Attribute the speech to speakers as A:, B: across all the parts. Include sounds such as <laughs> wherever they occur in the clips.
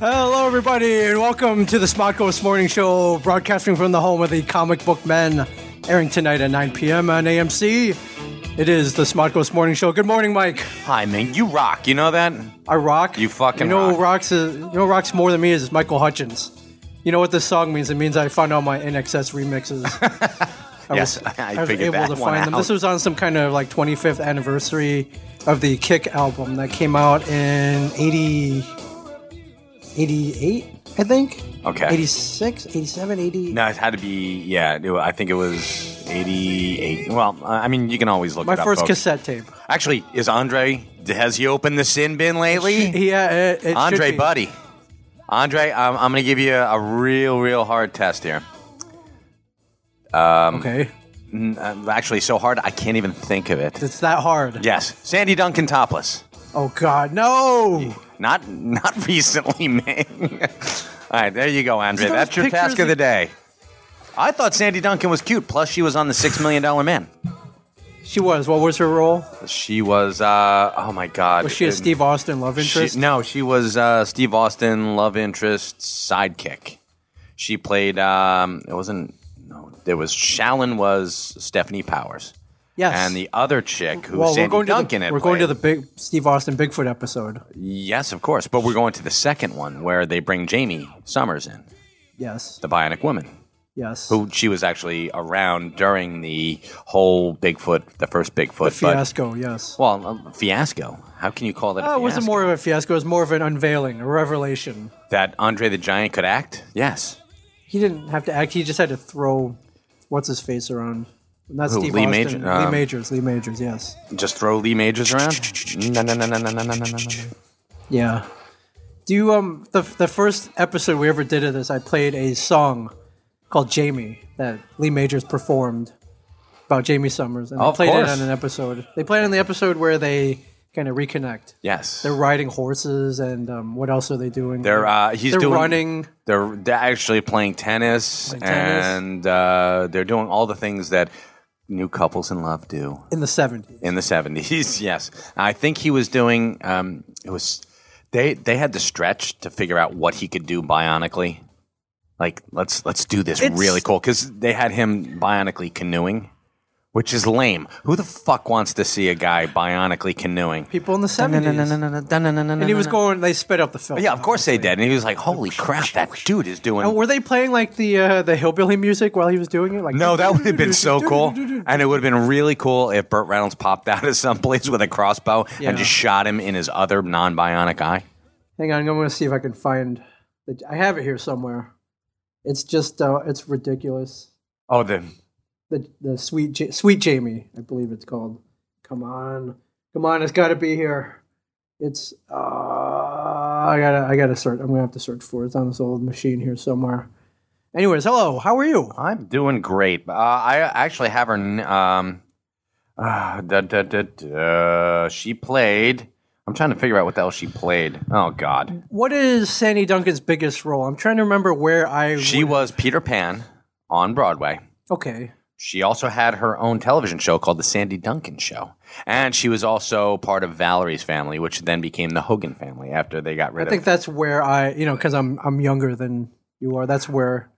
A: Hello, everybody, and welcome to the Smart Ghost Morning Show, broadcasting from the home of the comic book men, airing tonight at 9 p.m. on AMC. It is the Smart Ghost Morning Show. Good morning, Mike.
B: Hi, man. You rock. You know that?
A: I rock.
B: You
A: You
B: fucking
A: know
B: rock.
A: who rocks is, you know who rocks more than me is Michael Hutchins. You know what this song means? It means I found all my NXS
B: <laughs>
A: remixes. I
B: Yes, I figured that one out.
A: This was on some kind of like 25th anniversary of the Kick album that came out in 80, 88, I think.
B: Okay.
A: 86, 87, 80.
B: No, it had to be, yeah, it- I think it was 88. Well, I mean, you can always look
A: My
B: it up.
A: first
B: folks.
A: cassette tape. <laughs>
B: Actually, is Andre, has he opened the sin bin lately?
A: Yeah, it, it should
B: Andre,
A: be.
B: buddy. Andre, I'm, I'm going to give you a, a real, real hard test here.
A: okay.
B: Uh, actually, so hard, I can't even think of it.
A: It's that hard.
B: Yes, Sandy Duncan topless.
A: Oh, God. No.
B: Not not <laughs> recently, man. All right, there you go, Andre.
A: those
B: That's your task
A: pictures-
B: of the day. I thought Sandy Duncan was cute. Plus, she was on the Six Million Dollar Man.
A: She was. What was her role?
B: She was. Uh, oh my God.
A: Was she a
B: It-
A: Steve Austin love
B: she-
A: interest?
B: no, she was uh, Steve Austin love interest sidekick. She played. Um, it wasn't. No, there was Shallon was Stephanie Powers,
A: Yes.
B: and the other chick who
A: well,
B: Sandy
A: we're going
B: Duncan
A: to the,
B: had
A: we're going to
B: played.
A: the big Steve Austin Bigfoot episode.
B: Yes, of course. But we're going to the second one where they bring Jamie Summers in,
A: Yes.
B: the Bionic Woman.
A: yes.
B: who she was actually around during the whole Bigfoot, the first Bigfoot but-
A: fiasco. Yes.
B: well, um, fiasco. How can you call that? a
A: Uh, it wasn't
B: fiasco?
A: more of a fiasco. It was more of an unveiling, a revelation.
B: that Andre the Giant could act. Yes,
A: He didn't have to act. He just had to throw what's his face around. That's
B: Who,
A: Steve
B: Lee
A: Austin.
B: Major- um,
A: Lee Majors. Lee Majors. Yes.
B: just throw Lee Majors around. No, no, no, no, no, no, no, no, no.
A: Yeah. Do you um the the first episode we ever did of this? I played a song called Jamie that Lee Majors performed about Jamie Summers, and they
B: Of
A: played
B: course.
A: it on an episode. They played it on the episode where they kind of reconnect.
B: Yes,
A: They're riding horses, and um, what else are they doing?
B: They're, uh, he's
A: They're
B: doing
A: running.
B: They're they're actually playing tennis,
A: tennis.
B: and uh, they're doing all the things that new couples in love do.
A: in the 70s.
B: in the 70s <laughs> yes i think he was doing um, it was they they had to stretch to figure out what he could do bionically like let's let's do this
A: It's-
B: really cool because they had him bionically canoeing which is lame who the fuck wants to see a guy bionically canoeing
A: People in the 70s. And
B: and
A: he was going, they sped up the film.
B: yeah of course they did and he was like holy crap that dude is
A: And
B: doing
A: were they playing like the uh, the hillbilly music while he was doing it? Like
B: no, that would have been so cool, and it would have been really cool if Burt Reynolds popped out of someplace with a crossbow
A: Yeah.
B: and just shot him in his other non-bionic eye.
A: Hang on, I'm going to see if I can find. The, I have it here somewhere. It's just uh, it's ridiculous.
B: Oh, the
A: The the sweet ja- sweet Jamie, I believe it's called. Come on, come on, it's got to be here. It's uh, I gotta I gotta search. I'm gonna have to search for it. It's on this old machine here somewhere. Anyways, hello. How are you?
B: I'm doing great. Uh, I actually have her. n- Um, uh, da, da, da, da. She played. I'm trying to figure out what the hell she played. Oh God,
A: What is Sandy Duncan's biggest role? I'm trying to remember where I
B: she was Peter Pan on Broadway.
A: okay.
B: She also had her own television show called The Sandy Duncan Show, and she was also part of Valerie's family, which then became the Hogan family after they got rid
A: I think
B: of.
A: that's where I, you know, because I'm I'm younger than you are. That's where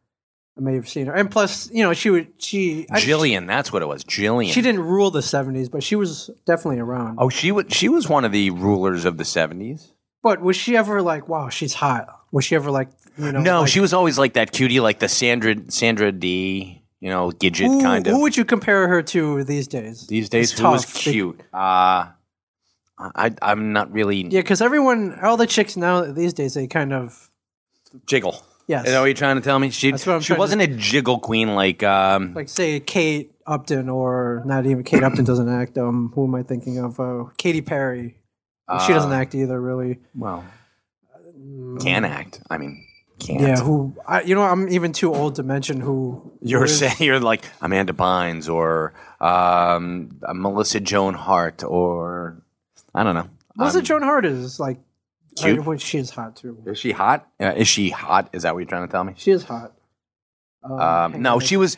A: I may have seen her. And plus, you know, she would she I,
B: Jillian, that's what it was. Jillian.
A: she didn't rule the '70s, but she was definitely around.
B: Oh, she was. She was one of the rulers of the '70s.
A: But was she ever like, wow, she's hot? Was she ever like, you know,
B: No,
A: Oh, like,
B: she was always like that cutie, like the Sandra Sandra D, you know, Gidget
A: who,
B: kind of.
A: Who would you compare her to these days?
B: These days,
A: It's
B: who was
A: tough. They-
B: cute? Uh, I I'm not really
A: yeah, because everyone, all the chicks now these days, they kind of
B: jiggle.
A: Yes.
B: is that what you're trying to tell me? She
A: That's what I'm
B: she
A: trying to-
B: wasn't a jiggle queen like um
A: like say Kate Upton or not even Kate
B: <clears throat>
A: Upton doesn't act. Um, who am I thinking of? Uh, Katy Perry. she
B: Uh,
A: doesn't act either, really.
B: well can act. I mean can't.
A: Mm. Yeah, who I, you know, I'm even too old to mention who
B: <laughs> You're saying you're like Amanda Bynes or um, Melissa Joan Hart or I don't know.
A: Melissa Joan Hart is like
B: Cute.
A: I- well, she is hot too.
B: Is she hot? Uh, is she hot? Is that what you're trying to tell me?
A: She is hot.
B: Um, no, she was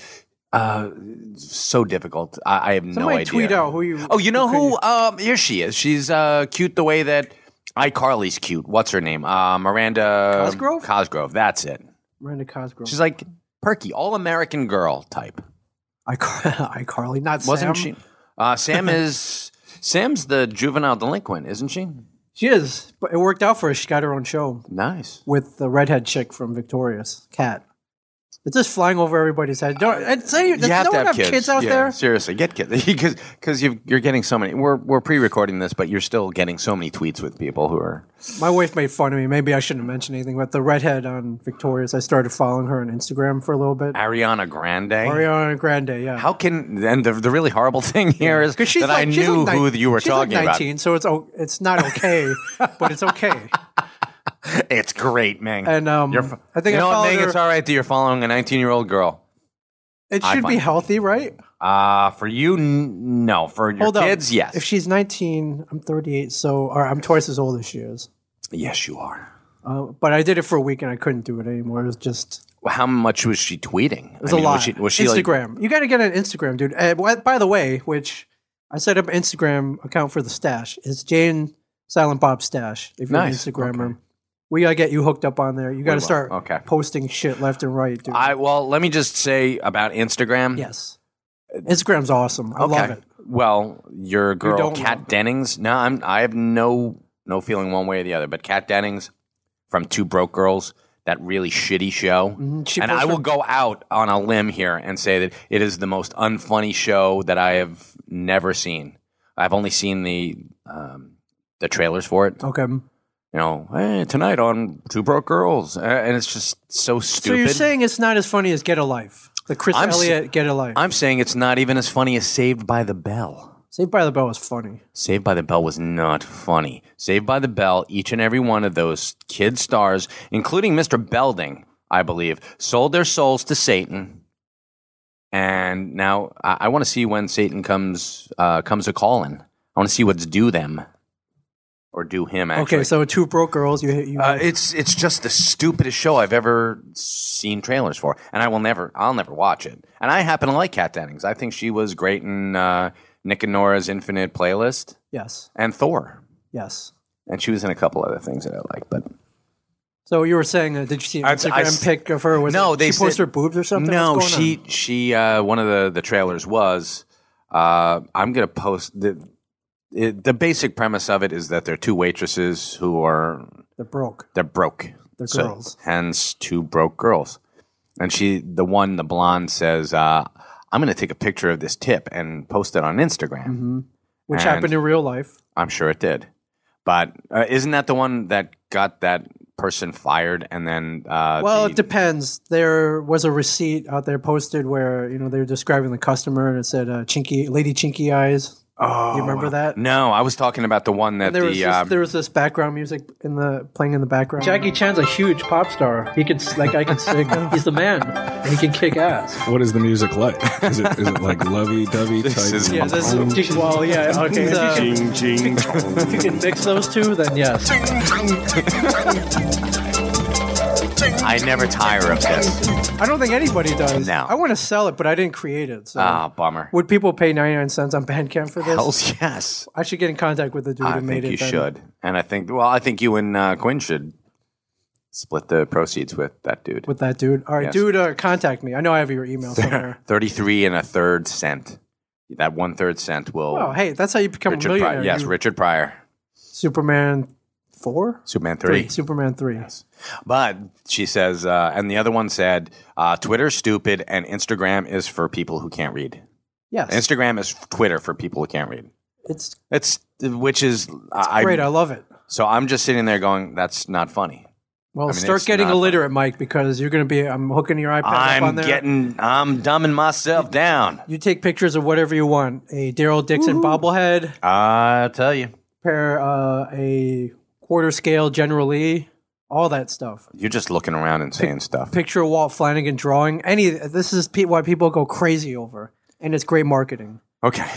B: uh, so difficult. I, I have no
A: Somebody
B: idea.
A: tweet out who you-
B: Oh, you know
A: who
B: who? Um, here she is. She's uh, cute the way that iCarly's cute. What's her name? Uh, Miranda
A: Cosgrove?
B: Cosgrove. That's it.
A: Miranda Cosgrove.
B: She's like perky, all American girl type.
A: I,
B: <laughs>
A: Carly, not
B: Wasn't
A: Sam.
B: she?
A: <laughs>
B: Uh, Sam is Sam's the juvenile delinquent, isn't she?
A: She is, but it worked out for her. She got her own show
B: Nice.
A: with the redhead chick from Victorious, Cat. It's just flying over everybody's head. Don't, it's, you
B: you have
A: no
B: to
A: one have
B: have kids,
A: kids, out
B: yeah,
A: there.
B: Seriously, get kids <laughs> because because you you're getting so many. We're we're pre-recording this, but you're still getting so many tweets with people who are.
A: My wife made fun of me. Maybe I shouldn't mention anything, but the redhead on Victorious, I started following her on Instagram for a little bit.
B: Ariana Grande.
A: Ariana Grande, yeah.
B: How can and the, the really horrible <laughs> thing here is that
A: Because she's
B: I
A: like- she's
B: knew
A: like
B: who
A: nine-
B: you were
A: she's
B: talking
A: like
B: about.
A: 19, so it's o- it's not okay, but it's okay.
B: <laughs> It's great, Ming.
A: And um,
B: You're f-
A: I think
B: you
A: I
B: know what,
A: followed
B: Ming?
A: her-
B: It's all right that you're following a 19 year old girl.
A: it
B: I
A: should
B: find
A: be
B: it.
A: healthy, right?
B: Uh for you, n- no. For your
A: Hold
B: kids,
A: up.
B: yes,
A: If she's 19, I'm 38, so or I'm twice as old as she is.
B: yes, you are.
A: Uh, but I did it for a week and I couldn't do it anymore. It was just
B: Well, How much was she tweeting? It
A: it was a lot.
B: Was she, was she like,
A: Instagram. you got to get an Instagram, dude. And wh- by the way, which I set up an Instagram account for the stash. It's Jane Silent Bob Stash. If you're
B: Nice.
A: an Instagrammer,
B: Okay.
A: we gotta get you hooked up on there. You gotta
B: will.
A: start
B: Okay.
A: posting shit left and right, dude.
B: I well, let me just say about Instagram.
A: yes, Uh, Instagram's awesome. I love it.
B: Well, your girl
A: don't
B: Kat
A: love it.
B: Dennings. No, I'm. I have no no feeling one way or the other. But Kat Dennings from Two Broke Girls, that really shitty show.
A: Mhm, she
B: and I
A: posted-
B: will go out on a limb here and say that it is the most unfunny show that I have never seen. I've only seen the um, the trailers for it.
A: Okay.
B: You know, hey, tonight on Two Broke Girls, uh, and it's just so
A: So you're
B: stupid.
A: saying it's not as funny as Get a Life, the Chris
B: I'm s-
A: Elliott Get a Life.
B: I'm saying it's not even as funny as Saved by the Bell.
A: Saved by the Bell was funny.
B: Saved by the Bell was not funny. Saved by the Bell, each and every one of those kid stars, including Mr. Belding, I believe, sold their souls to Satan. And now I, I want to see when Satan comes uh, comes a calling. I want to see what's due them or do him. Actually,
A: Okay, so two broke girls. You you
B: uh, it's it's just the stupidest show I've ever seen trailers for, and I will never, I'll never watch it. And I happen to like Kat Dennings. I think she was great in uh, Nick and Nora's Infinite Playlist
A: yes
B: and Thor.
A: yes.
B: And she was in a couple other things that I like, but
A: So you were saying, uh, did you see an
B: I- I
A: Instagram
B: s-
A: pic of her? Was
B: No,
A: it-
B: they
A: she posted
B: said-
A: her boobs or something.
B: no,
A: What's going
B: she she uh, one of the the trailers was uh, I'm gonna post the it, the basic premise of it is that they're two waitresses who are
A: on? they're broke.
B: they're broke,
A: They're girls.
B: hence two broke girls. And she the one the blonde says uh, I'm gonna take a picture of this tip and post it on Instagram.
A: Mm-hmm. Which
B: And-
A: happened in real life.
B: I'm sure it did. But uh, isn't that the one that got that person fired and then uh,
A: Well,
B: the-
A: it depends. There was a receipt out there posted where you know they were describing the customer and it said uh, "Chinky Lady Chinky Eyes."
B: Oh,
A: Do you remember that?
B: No, I was talking about the one that
A: There was,
B: the
A: this,
B: uh,
A: there was this background music in the playing in the background. Jackie Chan's a huge pop star. He could like I can <laughs> sing. He's the man. And he can kick ass.
C: What is the music like? Is it, is it like lovey dovey type?
B: is-
A: Yeah, this is well, yeah, okay. so
D: Ching, ching.
A: if you can mix those two, then yes.
B: I never tire of this.
A: I don't think anybody does.
B: No.
A: I want to sell it, but I didn't create it. So.
B: Ah, bummer.
A: Would people pay 99 cents on Bandcamp for this?
B: Hells <laughs> yes.
A: I should get in contact with the dude
B: I
A: who made
B: think
A: it.
B: you
A: then.
B: should, and I think well, I think you and uh, Quinn should split the proceeds with that dude.
A: With that dude. All right,
B: Yes.
A: dude, uh, contact me. I know I have your
B: <laughs>
A: email somewhere.
B: Thirty-three and a third cent. That one third cent will.
A: oh, hey, that's how you become a
B: Richard
A: millionaire.
B: Pryor. Yes,
A: you-
B: Richard Pryor,
A: Superman 4?
B: Superman three.
A: Superman 3.
B: But she says, uh, and the other one said, uh, "Twitter's stupid, and Instagram is for people who can't read.
A: Yes.
B: Instagram is Twitter for people who can't read."
A: it's
B: It's which is I,
A: great. I love it.
B: So I'm just sitting there going, "That's not funny."
A: Well,
B: I mean,
A: start
B: it's
A: getting
B: not fun.
A: illiterate, Mike, because you're going to be. I'm hooking your iPad up on
B: I'm
A: there.
B: getting, I'm dumbing myself down.
A: you take pictures of whatever you want a Daryl Dixon bobblehead,
B: I'll tell you,
A: pair, uh, a quarter scale General Lee, all that stuff.
B: you're just looking around and saying stuff.
A: picture of Walt Flanagan drawing. Any this is pe- why people go crazy over, and it's great marketing.
B: Okay,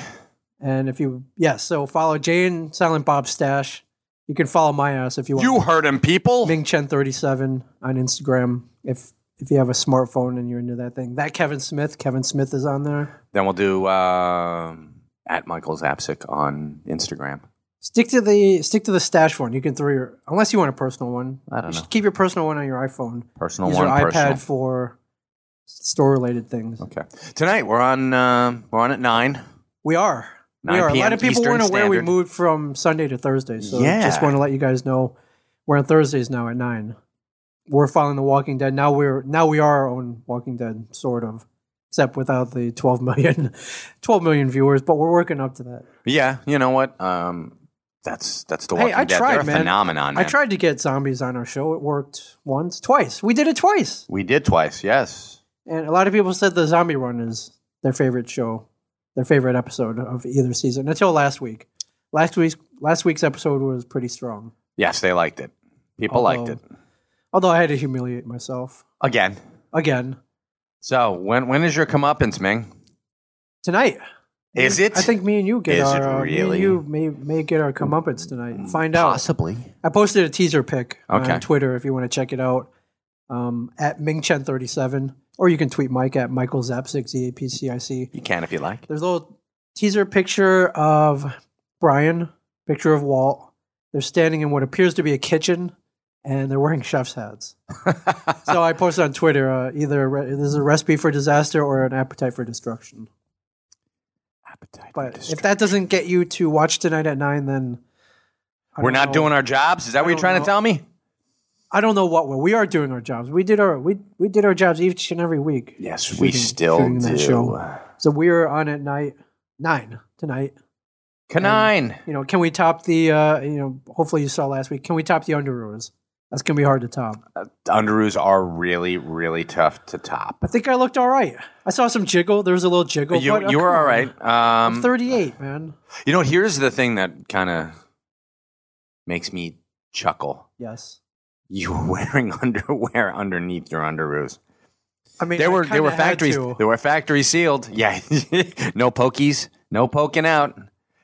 A: And if you yes, so follow Jane Silent Bob Stash. You can follow my ass if you want.
B: you heard him, people.
A: Ming Chen thirty seven on Instagram. If if you have a smartphone and you're into that thing, that Kevin Smith, Kevin Smith is on there.
B: Then we'll do um at Michael Zapsik on Instagram.
A: Stick to the stick to the stash one. You can throw your unless you want a personal one.
B: I
A: you
B: don't know.
A: should keep your personal one on your iPhone.
B: Personal
A: Use
B: one,
A: your iPad
B: personal.
A: for store related things.
B: Okay. Tonight we're on um we're on at nine.
A: We are.
B: 9
A: we are. A
B: p.m.
A: lot of people
B: Eastern
A: weren't aware we
B: Standard.
A: moved from Sunday to Thursday. So
B: Yeah.
A: just want to let you guys know we're on Thursdays now at nine. We're following The Walking Dead. Now we're now we are our own Walking Dead, sort of. Except without the 12 million, <laughs> 12 million viewers, but we're working up to that.
B: Yeah, you know what? Um that's that's the
A: Hey,
B: Walking
A: I
B: Dead.
A: tried,
B: They're a
A: man.
B: phenomenon.
A: I
B: man.
A: tried to get zombies on our show. It worked once, twice. We did it twice.
B: We did twice, yes.
A: And a lot of people said the zombie run is their favorite show, their favorite episode of either season until last week. Last week's last week's episode was pretty strong.
B: Yes, they liked it. People liked it.
A: Although- Although I had to humiliate myself
B: Again.
A: again
B: So when when is your comeuppance, Ming?
A: tonight.
B: Is it?
A: I think me and you get
B: Is it
A: our uh,
B: really?
A: me and you may may get our comeuppance tonight. Find out.
B: possibly.
A: I posted a teaser pic
B: Okay.
A: on Twitter if you want to check it out. Um, at Mingchen37, or you can tweet Mike at Michael Zapsik Z A P C I C.
B: You can if you like.
A: There's a little teaser picture of Brian, picture of Walt. They're standing in what appears to be a kitchen, and they're wearing chef's
B: <laughs>
A: hats. so I posted on Twitter uh, either a re- this is a recipe for disaster or an appetite for destruction.
B: Appetite
A: But if that doesn't get you to watch tonight at nine, then I
B: we're
A: don't
B: not
A: know.
B: doing our jobs, is that what you're
A: don't
B: trying to
A: know.
B: tell me?
A: I don't know what we're. We are doing our jobs. We did our we we did our jobs each and every week.
B: Yes,
A: we Shooting- still shooting that do. show. So we're on at night nine tonight.
B: Canine.
A: you know, can we top the uh you know, hopefully you saw last week, can we top the Underoos? That's gonna be hard to top.
B: Underoos are really, really tough to top.
A: I think I looked all right. I saw some jiggle. There was a little jiggle.
B: You,
A: but, oh,
B: you were
A: come
B: all
A: on.
B: right.
A: I'm
B: Um,
A: 38, man.
B: you know, here's the thing that kind of makes me chuckle.
A: Yes.
B: You <laughs> were wearing underwear underneath your underoos.
A: I mean,
B: There
A: I
B: were there were
A: kinda had
B: factories
A: to.
B: there were factory sealed. Yeah, <laughs> no pokies, no poking out.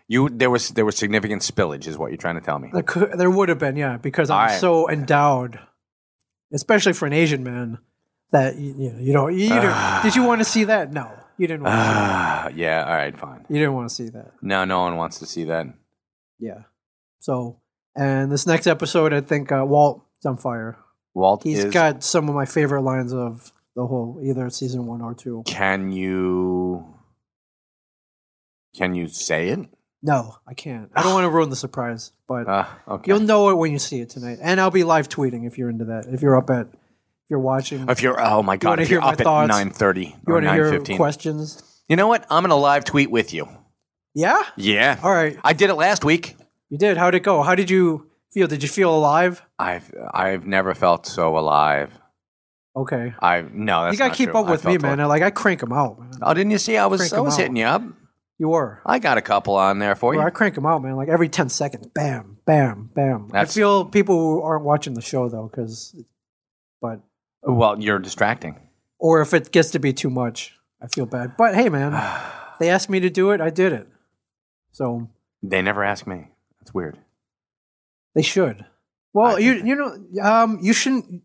B: You there was there was significant spillage, is what you're trying to tell me.
A: There, could, there would have been, yeah, because
B: All
A: I'm
B: right.
A: so endowed, especially for an Asian man, that you, you know you don't. You don't did you want to see that? No, you didn't. Want to see that.
B: Ah, <sighs> yeah. All right, fine.
A: You didn't want to see that.
B: No, no one wants to see that.
A: Yeah. So, and this next episode, I think uh, Walt is on fire.
B: Walt
A: He's
B: is.
A: got some of my favorite lines of the whole either season one or two.
B: can you? Can you say it?
A: No, I can't. I don't want to ruin the surprise, but
B: Ah, okay.
A: you'll know it when you see it tonight. And I'll be live tweeting if you're into that. If you're up at, if you're watching,
B: if you're, oh my god,
A: wanna
B: if you're
A: hear my
B: up at
A: thoughts?
B: nine thirty
A: you
B: or
A: want to
B: oh, nine
A: hear
B: fifteen.
A: questions.
B: You know what? I'm gonna live tweet with you.
A: Yeah.
B: Yeah,
A: All right.
B: I did it last week.
A: You did. How'd it go? How did you feel? Did you feel alive?
B: I've I've never felt so alive.
A: Okay.
B: I no, that's
A: you gotta
B: not
A: keep
B: true.
A: up
B: I
A: with me,
B: felt
A: man.
B: al-
A: I, like I crank them out, man.
B: Oh, didn't you see? I was
A: Crank
B: I
A: 'em
B: was
A: out.
B: hitting you up.
A: You were.
B: I got a couple on there for you.
A: I crank them out, man. Like every ten seconds, bam, bam, bam. I
B: That's-
A: feel people who aren't watching the show though, because, but
B: Well, you're distracting. <sighs>
A: or if it gets to be too much, I feel bad. But hey,
B: <sighs>
A: man, they asked me to do it. I did it. So
B: They never ask me. That's weird.
A: they should. Well,
B: I
A: you you know, um, you shouldn't.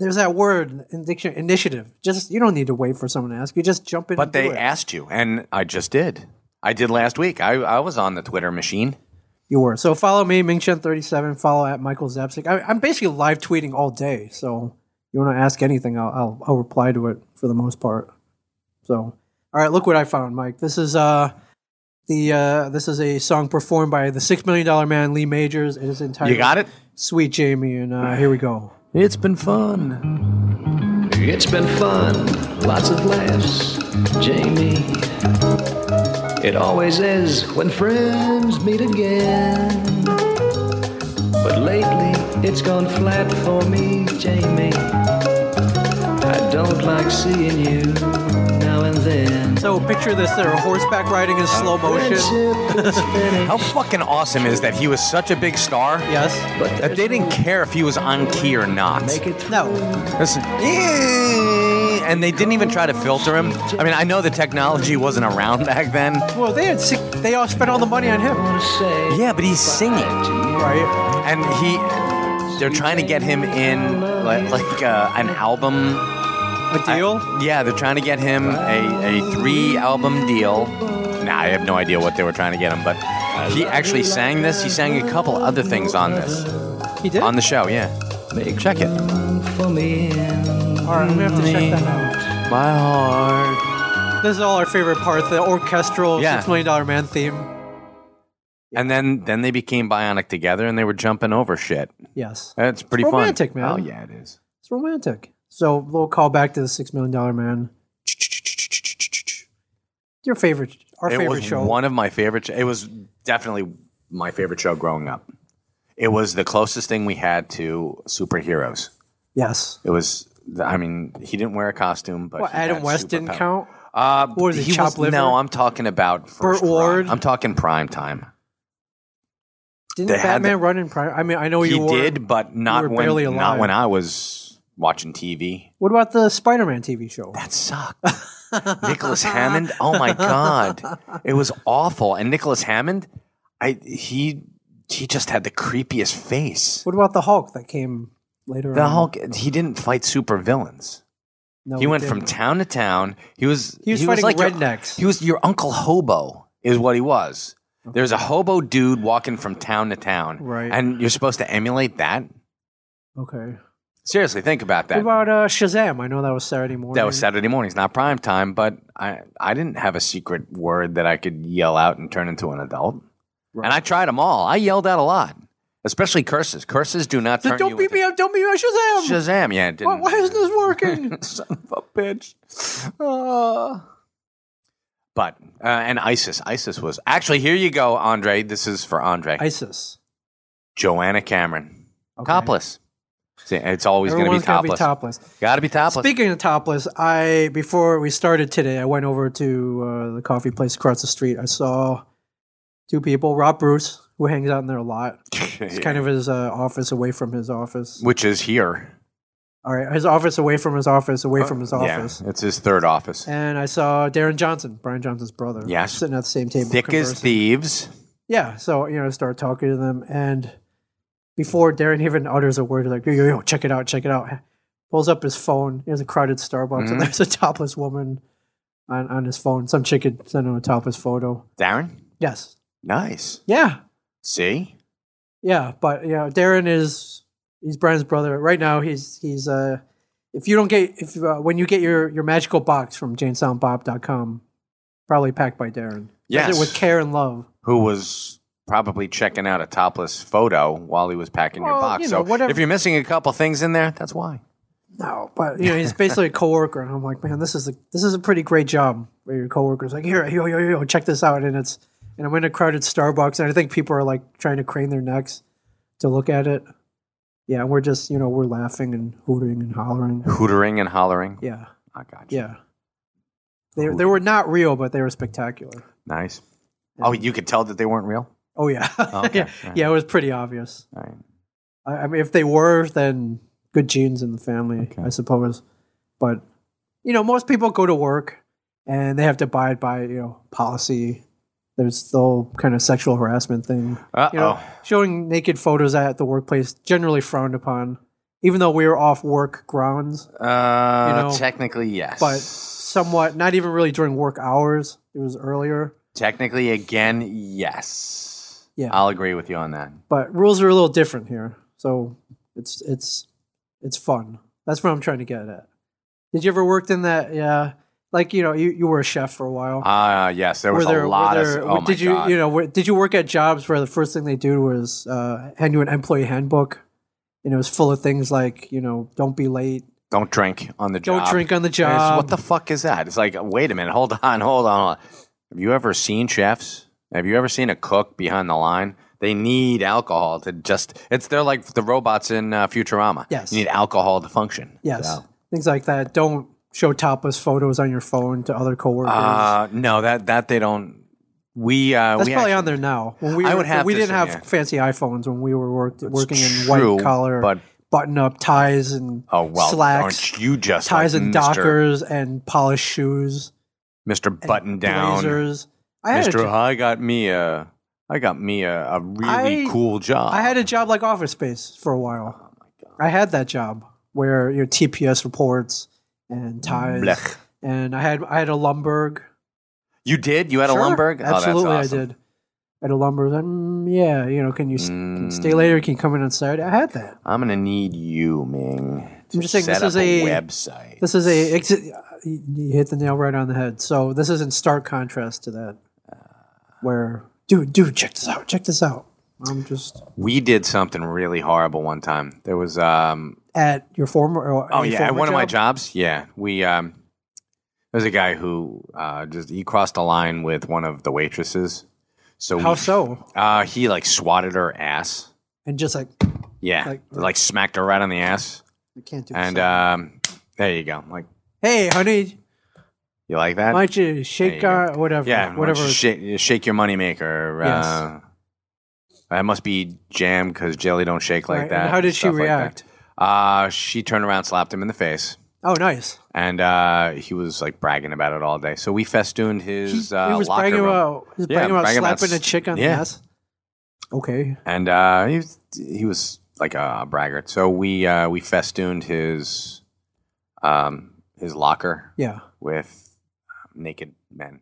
A: There's that word in dictionary initiative. Just you don't need to wait for someone to ask you. Just jump in.
B: But
A: and do
B: they
A: it.
B: asked you, and I just did. I did last week. I, I was on the Twitter machine.
A: You were. So follow me, Mingchen37. Follow at Michael Zapsik. I, I'm basically live tweeting all day. So you want to ask anything, I'll, I'll, I'll reply to it for the most part. So, all right, look what I found, Mike. This is uh the uh this is a song performed by the Six Million Dollar Man Lee Majors. It is entitled
B: You got it?
A: Sweet Jamie, and uh, here we go.
B: It's been fun.
D: It's been fun, lots of laughs, Jamie. It always is when friends meet again. But lately, it's gone flat for me, Jamie. I don't like seeing you now and then.
A: So picture this: they're horseback riding in slow motion.
B: <laughs>
D: Friendship is finished,
B: Oh, How fucking awesome is that he was such a big star
A: Yes.
D: but
B: that they didn't care if he was on key or not.
D: make it through.
A: No.
B: Listen, eh, and they didn't even try to filter him. I mean, I know the technology wasn't around back then.
A: Well, they had six, they all spent all the money on him,
D: Wanna say
B: Yeah, but he's singing.
D: to
A: right?
B: and he they're trying to get him in like, like uh, an album
A: A deal.
B: yeah they're trying to get him a, a three album deal nah i have no idea what they were trying to get him but He actually sang this. He sang a couple other things on this
A: He did.
B: on the show. Yeah, check it.
D: For me and
A: all right, I'm gonna have to check that out.
B: My heart.
A: This is all our favorite part: the orchestral
B: Yeah.
A: Six Million Dollar Man theme.
B: And then then they became bionic together, and they were jumping over shit.
A: Yes,
B: That's pretty
A: It's
B: fun.
A: romantic, man.
B: Oh yeah, it is.
A: it's romantic. So little call back to the Six Million Dollar Man. Your favorite, our
B: it
A: favorite
B: was
A: show.
B: one of my favorite. sh- It was definitely my favorite show growing up. It was the closest thing we had to superheroes.
A: yes.
B: It was. I mean, he didn't wear a costume, but
A: Well,
B: he
A: Adam
B: had
A: West didn't
B: superpower-
A: count.
B: Uh,
A: What was it,
B: he
A: chopped liver?
B: No, I'm talking about first run.
A: Ward?
B: I'm talking prime time.
A: Didn't
B: They had
A: Batman
B: the-
A: run in prime? I mean, I know
B: He
A: you were.
B: did, but
A: were
B: not when
A: barely alive.
B: not when I was watching TV.
A: What about the Spider-Man TV show? <laughs>
B: That sucked. Nicholas Hammond. Oh my god, it was awful. And Nicholas Hammond, I he he just had the creepiest face.
A: What about the Hulk that came later?
B: The
A: on?
B: Hulk. He didn't fight super villains.
A: No,
B: he went from
A: didn't.
B: town to town. He was
A: He was fighting
B: like your-
A: rednecks.
B: he was your uncle hobo, is what he was. There's a hobo dude walking from town to town,
A: Right.
B: And you're supposed to emulate that.
A: okay.
B: Seriously, think about
A: What
B: that.
A: about uh, Shazam? I know that was Saturday morning.
B: that was Saturday mornings, not prime time, but I I didn't have a secret word that I could yell out and turn into an adult. And I tried them all. I yelled out a lot, especially curses. Curses do not
A: So
B: turn
A: don't
B: you
A: beat me
B: into
A: up! Don't beat me up, Shazam!
B: Shazam. Yeah, it
A: Why,
B: didn't.
A: why isn't this working?
B: <laughs> Son of a bitch. Uh, but uh, and ISIS, ISIS was actually here. You go, Andre. This is for Andre.
A: ISIS.
B: Joanna Cameron,
A: Okay.
B: topless. See, it's always going to be
A: Everyone's gonna be
B: topless.
A: topless.
B: Got to be topless.
A: Speaking of topless, I before we started today, I went over to uh, the coffee place across the street. I saw two people, Rob Bruce, who hangs out in there a lot. It's kind of his uh, office away from his office.
B: which is here.
A: All right, his office away from his office, away from his
B: Uh, yeah,
A: office.
B: it's his third office.
A: And I saw Darren Johnson, Brian Johnson's brother,
B: Yes.
A: sitting at the same table.
B: Thick as
A: conversing.
B: thieves.
A: Yeah, so you know, I start talking to them, and before Darren even utters a word, like yo, yo, yo, check it out, check it out. Pulls up his phone. There's a crowded Starbucks,
B: Mhm.
A: and there's a topless woman on, on his phone. Some chick had sent him a topless photo.
B: Darren,
A: Yes,
B: nice.
A: yeah,
B: See,
A: yeah, but you know, Darren is he's Brian's brother right now. He's he's uh, if you don't get if uh, when you get your your magical box from janesoundbob.com, probably packed by Darren. Does
B: Yes.
A: it with care and love.
B: who was probably checking out a topless photo while he was packing your
A: Well,
B: box.
A: you know,
B: so
A: whatever-
B: if you're missing a couple things in there, that's why.
A: No, but you know, he's basically a coworker, and I'm like, man, this is a this is a pretty great job. Where your coworker's like, here, yo, yo, yo, yo, check this out, and it's and I'm in a crowded Starbucks, and I think people are like trying to crane their necks to look at it. Yeah, and we're just you know we're laughing and hooting and hollering.
B: Hootering and hollering.
A: Yeah,
B: I got you.
A: yeah. They they were not real, but they were spectacular.
B: Nice. Oh, you could tell that they weren't real?
A: Oh yeah,
B: Okay,
A: yeah, <laughs>
B: alright.
A: yeah. It was pretty obvious.
B: All right.
A: I, I mean, if they were, then good genes in the family, I suppose. But you know, most people go to work and they have to abide by you know policy. There's the whole kind of sexual harassment thing.
B: Uh
A: You know, showing naked photos at the workplace generally frowned upon, even though we were off work grounds,
B: oh. Uh,
A: you know,
B: technically, yes.
A: but somewhat not even really during work hours. It was earlier.
B: technically, again, yes.
A: Yeah.
B: I'll agree with you on that.
A: but rules are a little different here, so it's it's it's fun. That's what I'm trying to get at. Did you ever worked in that? Yeah, like you know, you, you were a chef for a while.
B: Ah, yes. There was
A: Were
B: a lot
A: were
B: of. Oh, my
A: did you
B: God.
A: you know were, did you work at jobs where the first thing they do was uh, hand you an employee handbook, and it was full of things like you know don't be late,
B: Don't drink on the job.
A: don't drink on the
B: And it's,
A: job.
B: What the fuck is that? It's like, wait a minute, hold on, hold on. Have you ever seen chefs? Have you ever seen a cook behind the line? They need alcohol to just. It's they're like the robots in uh, Futurama.
A: Yes.
B: you need alcohol to function.
A: yes,
B: So-
A: things like that. Don't show topless photos on your phone to other coworkers.
B: Uh, no, that that they don't. We uh,
A: That's
B: we
A: probably
B: actually-
A: on there now. When we
B: I
A: were-
B: would have
A: we
B: to
A: didn't
B: say,
A: have
B: yeah.
A: fancy iPhones when we were worked, working in
B: true,
A: white collar,
B: but-
A: button up ties and
B: Oh well,
A: slacks,
B: aren't you just
A: ties
B: like
A: and
B: Mr.
A: dockers and polished shoes,
B: Mister Button Down,
A: blazers. I had,
B: Mister?
A: a,
B: I got me a, I got me a, a really
A: I-
B: cool job.
A: I had a job like Office Space for a while.
B: Oh
A: I had that job where your TPS reports and ties,
B: Blech.
A: and I had I had a Lumberg.
B: You did? You had a
A: Sure,
B: Lumberg? Oh, that's
A: Absolutely,
B: awesome.
A: I did. at a lumber. Um, yeah, you know, can you s- can you
B: Mm.
A: stay later? Can you come in on Saturday? I had that.
B: I'm gonna need you, Ming. To
A: just saying
B: set
A: this
B: up
A: is a-
B: website.
A: This is a ex- you you hit the nail right on the head. So this is in stark contrast to that, uh, where dude, dude, check this out, check this out. I'm just
B: we did something really horrible one time. There was um,
A: at your former. Or
B: Oh
A: your
B: yeah, at
A: former
B: one of my
A: job?
B: jobs. Yeah, we um, there was a guy who uh, just he crossed a line with one of the waitresses. So
A: How
B: we,
A: so?
B: Uh, he like swatted her ass.
A: And just like
B: Yeah, like,
A: Like-
B: smacked her right on the ass.
A: you can't do.
B: And
A: this.
B: um, there you go. Like
A: hey, honey,
B: you like that?
A: why don't you shake
B: there you
A: our whatever?
B: yeah,
A: whatever.
B: Shake, shake your moneymaker.
A: Yes.
B: Uh, that must be jam because jelly don't shake like
A: Right, and
B: that.
A: how did
B: and
A: she
B: stuff like that.
A: react?
B: uh, she turned around, slapped him in the face.
A: Oh, nice.
B: and uh, he was like bragging about it all day. So we festooned
A: He,
B: his
A: he
B: uh,
A: was
B: locker
A: bragging
B: room,
A: about he was
B: Yeah,
A: bragging about
B: bragging about
A: slapping a
B: s-
A: chick on
B: yeah.
A: the ass. Okay,
B: and uh, he was he was like a braggart. So we uh, we festooned his um, his locker
A: yeah.
B: with uh, naked men.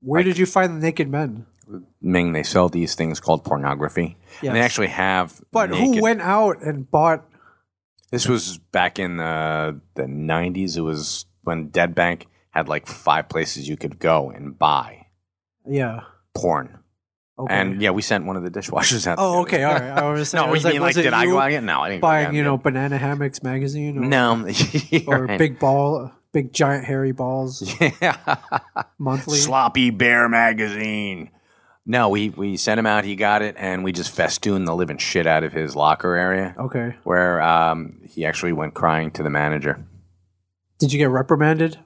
A: Where
B: Like-
A: did you find the naked men?
B: Ming, they sell these things called pornography, and they
A: Yes.
B: actually have.
A: But who
B: naked-
A: went out and bought?
B: This was back in the the nineties. It was when Dead Bank had like five places you could go and buy
A: Yeah.
B: porn.
A: Okay.
B: And yeah, we sent one of the dishwashers out.
A: oh,
B: to do
A: okay.
B: it.
A: All right. I was saying,
B: <laughs> No,
A: I
B: what
A: was
B: you mean like
A: was it
B: did I
A: you
B: go out yet? No, I didn't. go out
A: buying you
B: yet.
A: know Banana Hammocks magazine or,
B: <laughs> No,
A: <laughs> or
B: You're <laughs> right.
A: big ball, big giant hairy balls
B: Yeah.
A: monthly?
B: sloppy bear magazine. No, we we sent him out. He got it, and we just festooned the living shit out of his locker area,
A: Okay.
B: where um, he actually went crying to the manager.
A: Did you get reprimanded?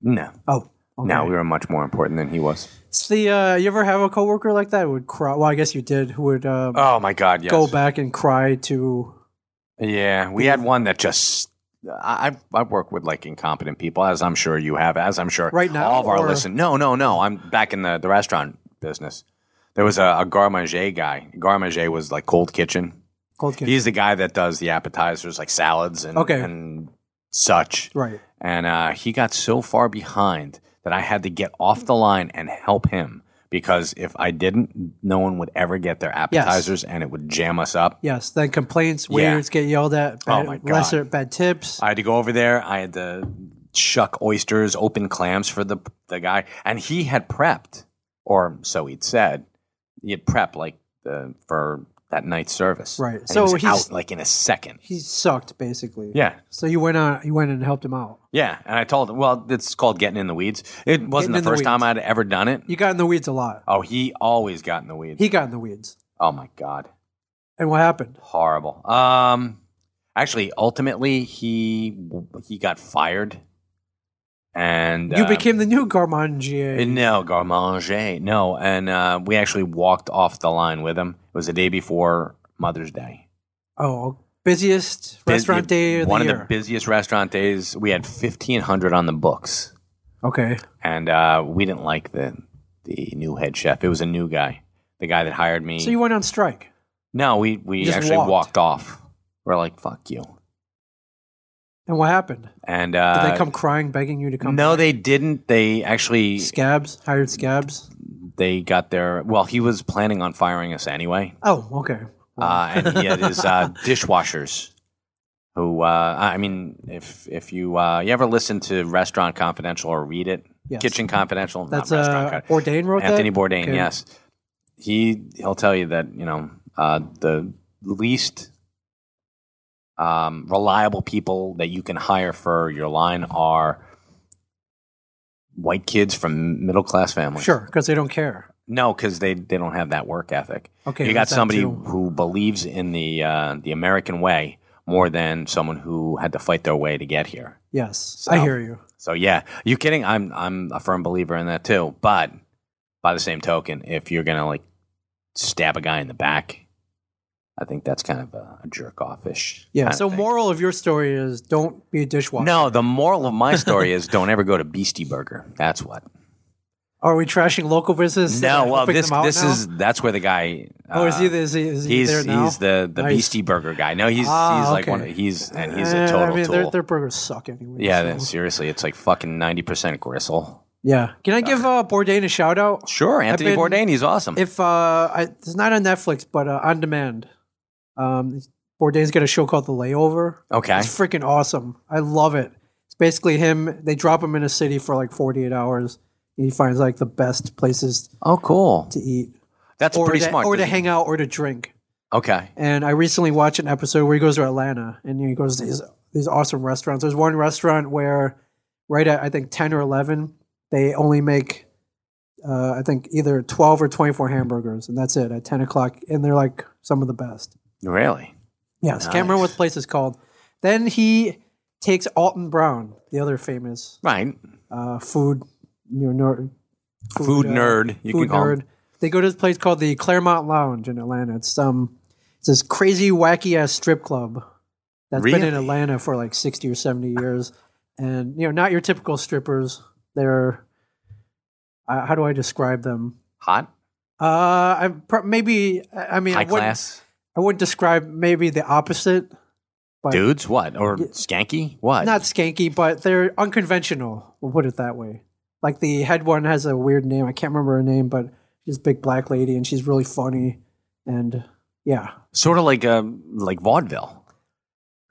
B: No,
A: Oh. Okay.
B: no, we were much more important than he was.
A: It's the uh, you ever have a coworker like that who would cry? Well, I guess you did. Who would um,
B: Oh my god, yes.
A: go back and cry to?
B: Yeah, we had one that just. I I I work with like incompetent people, as I'm sure you have, as I'm sure
A: Right now,
B: all of our
A: or-
B: listen. No, no, no. I'm back in the, the restaurant business. There was a, a garmanger guy. Garmanger was like cold kitchen.
A: Cold kitchen.
B: He's the guy that does the appetizers, like salads and
A: Okay.
B: and such.
A: right.
B: And uh, he got so far behind that I had to get off the line and help him because if I didn't, no one would ever get their appetizers, and it would jam us up.
A: Yes. Then complaints.
B: Yeah.
A: Waiters get yelled at.
B: Oh
A: Bad,
B: my God.
A: Lesser bad tips.
B: I had to go over there. I had to shuck oysters, open clams for the the guy, and he had prepped, or so he'd said. He had prepped like the, for that night's service.
A: Right.
B: And
A: So
B: he was
A: he's-
B: out like in a second.
A: he sucked basically.
B: Yeah,
A: So you went on. You went and helped him out.
B: yeah. And I told him, well, it's called getting in the weeds. It wasn't
A: Getting in
B: the
A: the
B: first time
A: weeds.
B: I'd ever done it.
A: You got in the weeds a lot.
B: Oh, he always got in the weeds.
A: He got in the weeds.
B: oh my god.
A: And what happened?
B: horrible. Um, actually, ultimately, he he got fired, and
A: you
B: um,
A: became the new Garmangier.
B: Uh, no garmanger. No, and uh, we actually walked off the line with him. It was the day before Mother's Day.
A: oh, busiest restaurant
B: Busy-
A: day of
B: one
A: the
B: of
A: year.
B: the busiest restaurant days. We had fifteen hundred on the books,
A: okay.
B: and uh, we didn't like the the new head chef. It was a new guy, the guy that hired me.
A: So you went on strike.
B: no, we we
A: You just
B: actually walked.
A: walked.
B: off. We're like, fuck you.
A: And what happened?
B: And
A: Did
B: uh,
A: they come crying, begging you to come?
B: No, they didn't. They actually
A: Scabs? Hired scabs?
B: they got their well. He was planning on firing us anyway,
A: Oh, okay.
B: uh, and he had his uh,
A: <laughs>
B: dishwashers. Who uh, I mean, if if you uh, you ever listen to Restaurant Confidential or read it,
A: Yes.
B: Kitchen Confidential,
A: That's
B: not Restaurant
A: uh,
B: Confidential.
A: Bourdain wrote that?
B: Anthony Bourdain.
A: Okay.
B: Yes, he he'll tell you that you know uh, the least um, reliable people that you can hire for your line are white kids from middle class families.
A: Sure, because they don't care.
B: No, because they they don't have that work ethic.
A: Okay,
B: you got
A: that's that
B: somebody
A: too.
B: who believes in the uh, the American way more than someone who had to fight their way to get here.
A: Yes, I
B: So-
A: hear you.
B: So yeah, you kidding? I'm I'm a firm believer in that too. But by the same token, if you're gonna like stab a guy in the back, I think that's kind of a, a jerk offish.
A: Yeah. So moral of your story is don't be a dishwasher.
B: No, the moral of my story is don't ever go to Beastie Burger.
A: <laughs>
B: That's what.
A: Are we trashing local business?
B: No,
A: and
B: well,
A: helping
B: this
A: them out
B: this
A: now?
B: is that's where the guy.
A: Oh, is
B: uh,
A: he, is he, is he
B: he's
A: there now?
B: he's the the
A: Nice.
B: Beastie Burger guy. No, he's
A: Ah,
B: he's like
A: okay.
B: one. Of, he's and he's
A: Eh,
B: a total
A: I mean,
B: tool.
A: Their, their burgers suck anyway.
B: yeah,
A: so-
B: then seriously, it's like fucking ninety percent gristle.
A: Yeah. Can I give uh, Bourdain a shout out?
B: Sure, Anthony
A: been-
B: Bourdain, he's awesome.
A: If uh, I, it's not on Netflix, but uh, on demand. Um, Bourdain's got a show called The Layover.
B: okay,
A: It's freaking awesome. I love it. It's basically him. They drop him in a city for like 48 hours. And he finds like the best places
B: oh cool,
A: to eat,
B: that's
A: or
B: pretty
A: to,
B: smart.
A: or to
B: Does-
A: hang out, or to drink.
B: Okay,
A: And I recently watched an episode where he goes to Atlanta and he goes to these these awesome restaurants. There's one restaurant where, right at I think 10 or 11, they only make, uh, I think either 12 or 24 hamburgers, and that's it at 10 o'clock. And they're like some of the best.
B: really?
A: Yes, can't remember what the place is called. Then he takes Alton Brown, the other famous
B: Right,
A: uh, food, you know, nerd,
B: food
A: uh,
B: nerd. You
A: food
B: can call
A: nerd.
B: him.
A: They go to this place called the Claremont Lounge in Atlanta. It's um, it's this crazy wacky ass strip club that's been in
B: Really?
A: Atlanta for like sixty or seventy years, and you know, not your typical strippers. They're uh, how do I describe them?
B: hot,
A: Uh, I pro- maybe I I mean
B: high
A: I wouldn't,
B: class
A: I wouldn't describe maybe the opposite, but
B: dudes. What or skanky? What?
A: not skanky, but they're unconventional. We'll put it that way. Like the head one has a weird name. I can't remember her name, but she's a big black lady and she's really funny. And yeah,
B: sort of like um like vaudeville.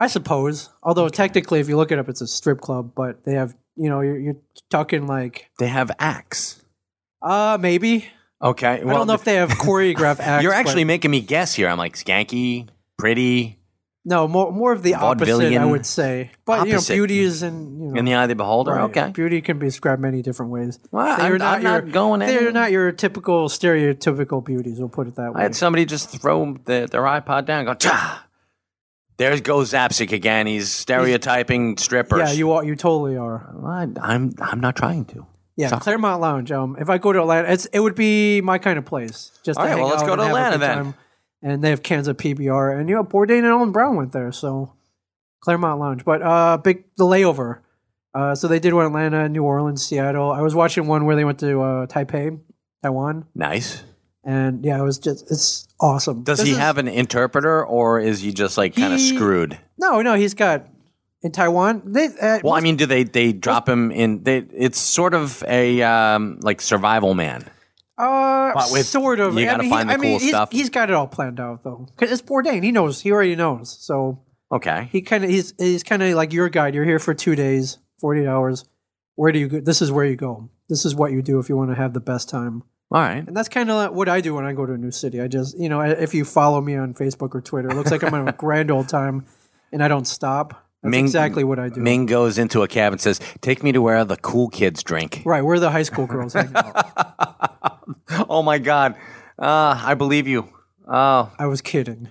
A: I suppose. Although technically, if you look it up, it's a strip club, but they have, you know, you're, you're talking like,
B: They have acts.
A: uh, maybe.
B: Okay,
A: I don't know if they
B: <laughs>
A: have choreographed acts.
B: You're
A: but-
B: actually making me guess here. I'm like skanky, pretty,
A: no more more of the opposite, I
B: Vaudevillian
A: would say. But
B: opposite.
A: you know, beauty is in you know
B: in the eye of the beholder.
A: right.
B: Okay,
A: beauty can be described many different ways.
B: well, I'm,
A: They are
B: I'm not,
A: your-
B: going.
A: They're
B: anywhere.
A: not your typical stereotypical beauties. We'll put it that
B: I
A: way.
B: had somebody just throw the, their iPod down. And go, Tah! there goes Zapsik again. He's stereotyping strippers.
A: yeah, you are. You totally are.
B: I, I'm. I'm not trying to.
A: Yeah,
B: Sorry.
A: Claremont Lounge. Um, if I go to Atlanta, it's it would be my kind of place. Just
B: All
A: to
B: right,
A: hang
B: well, let's
A: out
B: go
A: and
B: to
A: have a
B: Atlanta
A: good
B: then.
A: time. And they have cans of PBR, and you know Bourdain and Owen Brown went there, so Claremont Lounge. But uh, big the layover. Uh, so they did one in Atlanta, New Orleans, Seattle. I was watching one where they went to uh, Taipei, Taiwan,
B: Nice.
A: and yeah, it was just it's awesome.
B: Does
A: This
B: he
A: is-
B: have an interpreter, or is he just like kind of
A: He-
B: screwed?
A: No, no, he's got in Taiwan. They uh,
B: Well, I mean, do they they drop him in? They it's sort of a um, like survival man.
A: Uh,
B: But with-
A: sort of.
B: you
A: I
B: gotta
A: mean,
B: find
A: he,
B: the
A: I mean,
B: cool
A: he's-
B: stuff.
A: He's got it all planned out though, because it's Bourdain. He knows. He already knows. So
B: Okay,
A: he kind of he's he's kind of like your guide. You're here for two days, forty eight hours. Where do you go? This is where you go. This is what you do if you want to have the best time.
B: all right.
A: And that's kind of what I do when I go to a new city. I just you know if you follow me on Facebook or Twitter, it looks like I'm
B: <laughs>
A: having a grand old time, and I don't stop. That's
B: Ming-
A: exactly what I do.
B: Ming goes into a cab and says, "Take me to where the cool kids drink."
A: Right, where the high school girls hang
B: <laughs>
A: out.
B: Oh my god, uh, I believe you. Oh
A: I was kidding.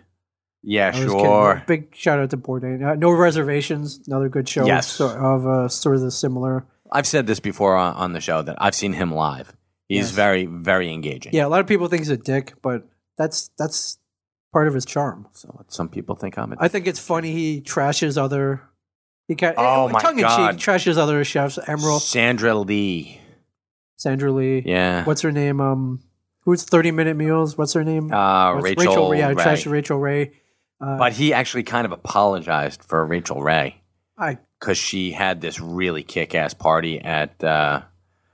B: yeah,
A: I was kidding.
B: sure.
A: Big shout out to Bourdain. Uh, no reservations. Another good show.
B: Yes.
A: Sort of uh, sort of the similar.
B: I've said this before on, on the show that I've seen him live. He's
A: Yes.
B: very, very engaging.
A: Yeah, a lot of people think he's a dick, but that's that's part of his charm.
B: So some people think I'm a
A: I think it's funny he trashes other. He kind
B: Oh my
A: tongue in
B: God.
A: cheek trashes other chefs. Emerald,
B: Sandra Lee.
A: Sandra Lee.
B: Yeah.
A: What's her name? Um, who's Thirty Minute Meals? What's her name?
B: uh,
A: What's-
B: Rachel,
A: Ray. I
B: Ray.
A: trashed Rachel Ray. Uh,
B: But he actually kind of apologized for Rachel Ray
A: I
B: because she had this really kick-ass party at uh,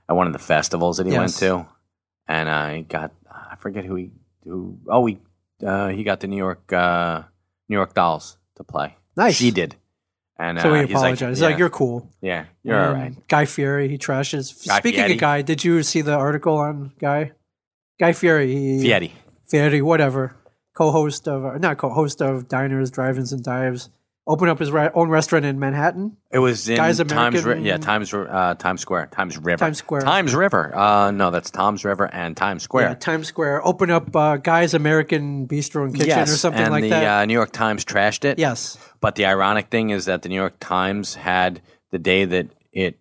B: at one of the festivals that he
A: Yes.
B: went to, and I got I forget who he who oh he uh, he got the New York uh, New York Dolls to play.
A: nice.
B: She did, and
A: So
B: uh,
A: he
B: he's
A: apologized. He's
B: yeah,
A: like, "You're cool."
B: yeah, you're all
A: Um,
B: right.
A: Guy Fieri, he trashes.
B: Guy
A: Speaking
B: Fieri?
A: of Guy, did you see the article on Guy? Guy Fieri. He,
B: Fieri.
A: Fieri, whatever. Co-host of, uh, not co-host of Diners, Drive-Ins, and Dives. Opened up his ri- own restaurant in Manhattan.
B: It was in
A: Guy's
B: Times, Ri-
A: American- mm.
B: yeah, Times, Ri- uh, Times Square, Times River,
A: Times Square.
B: Times River. Uh, no, that's Tom's River and Times
A: Yeah,
B: Square.
A: Times Square. Open up uh, Guy's American Bistro and Kitchen
B: yes,
A: or something
B: and
A: like
B: the
A: that.
B: Uh, New York Times trashed it.
A: yes.
B: But the ironic thing is that the New York Times had the day that it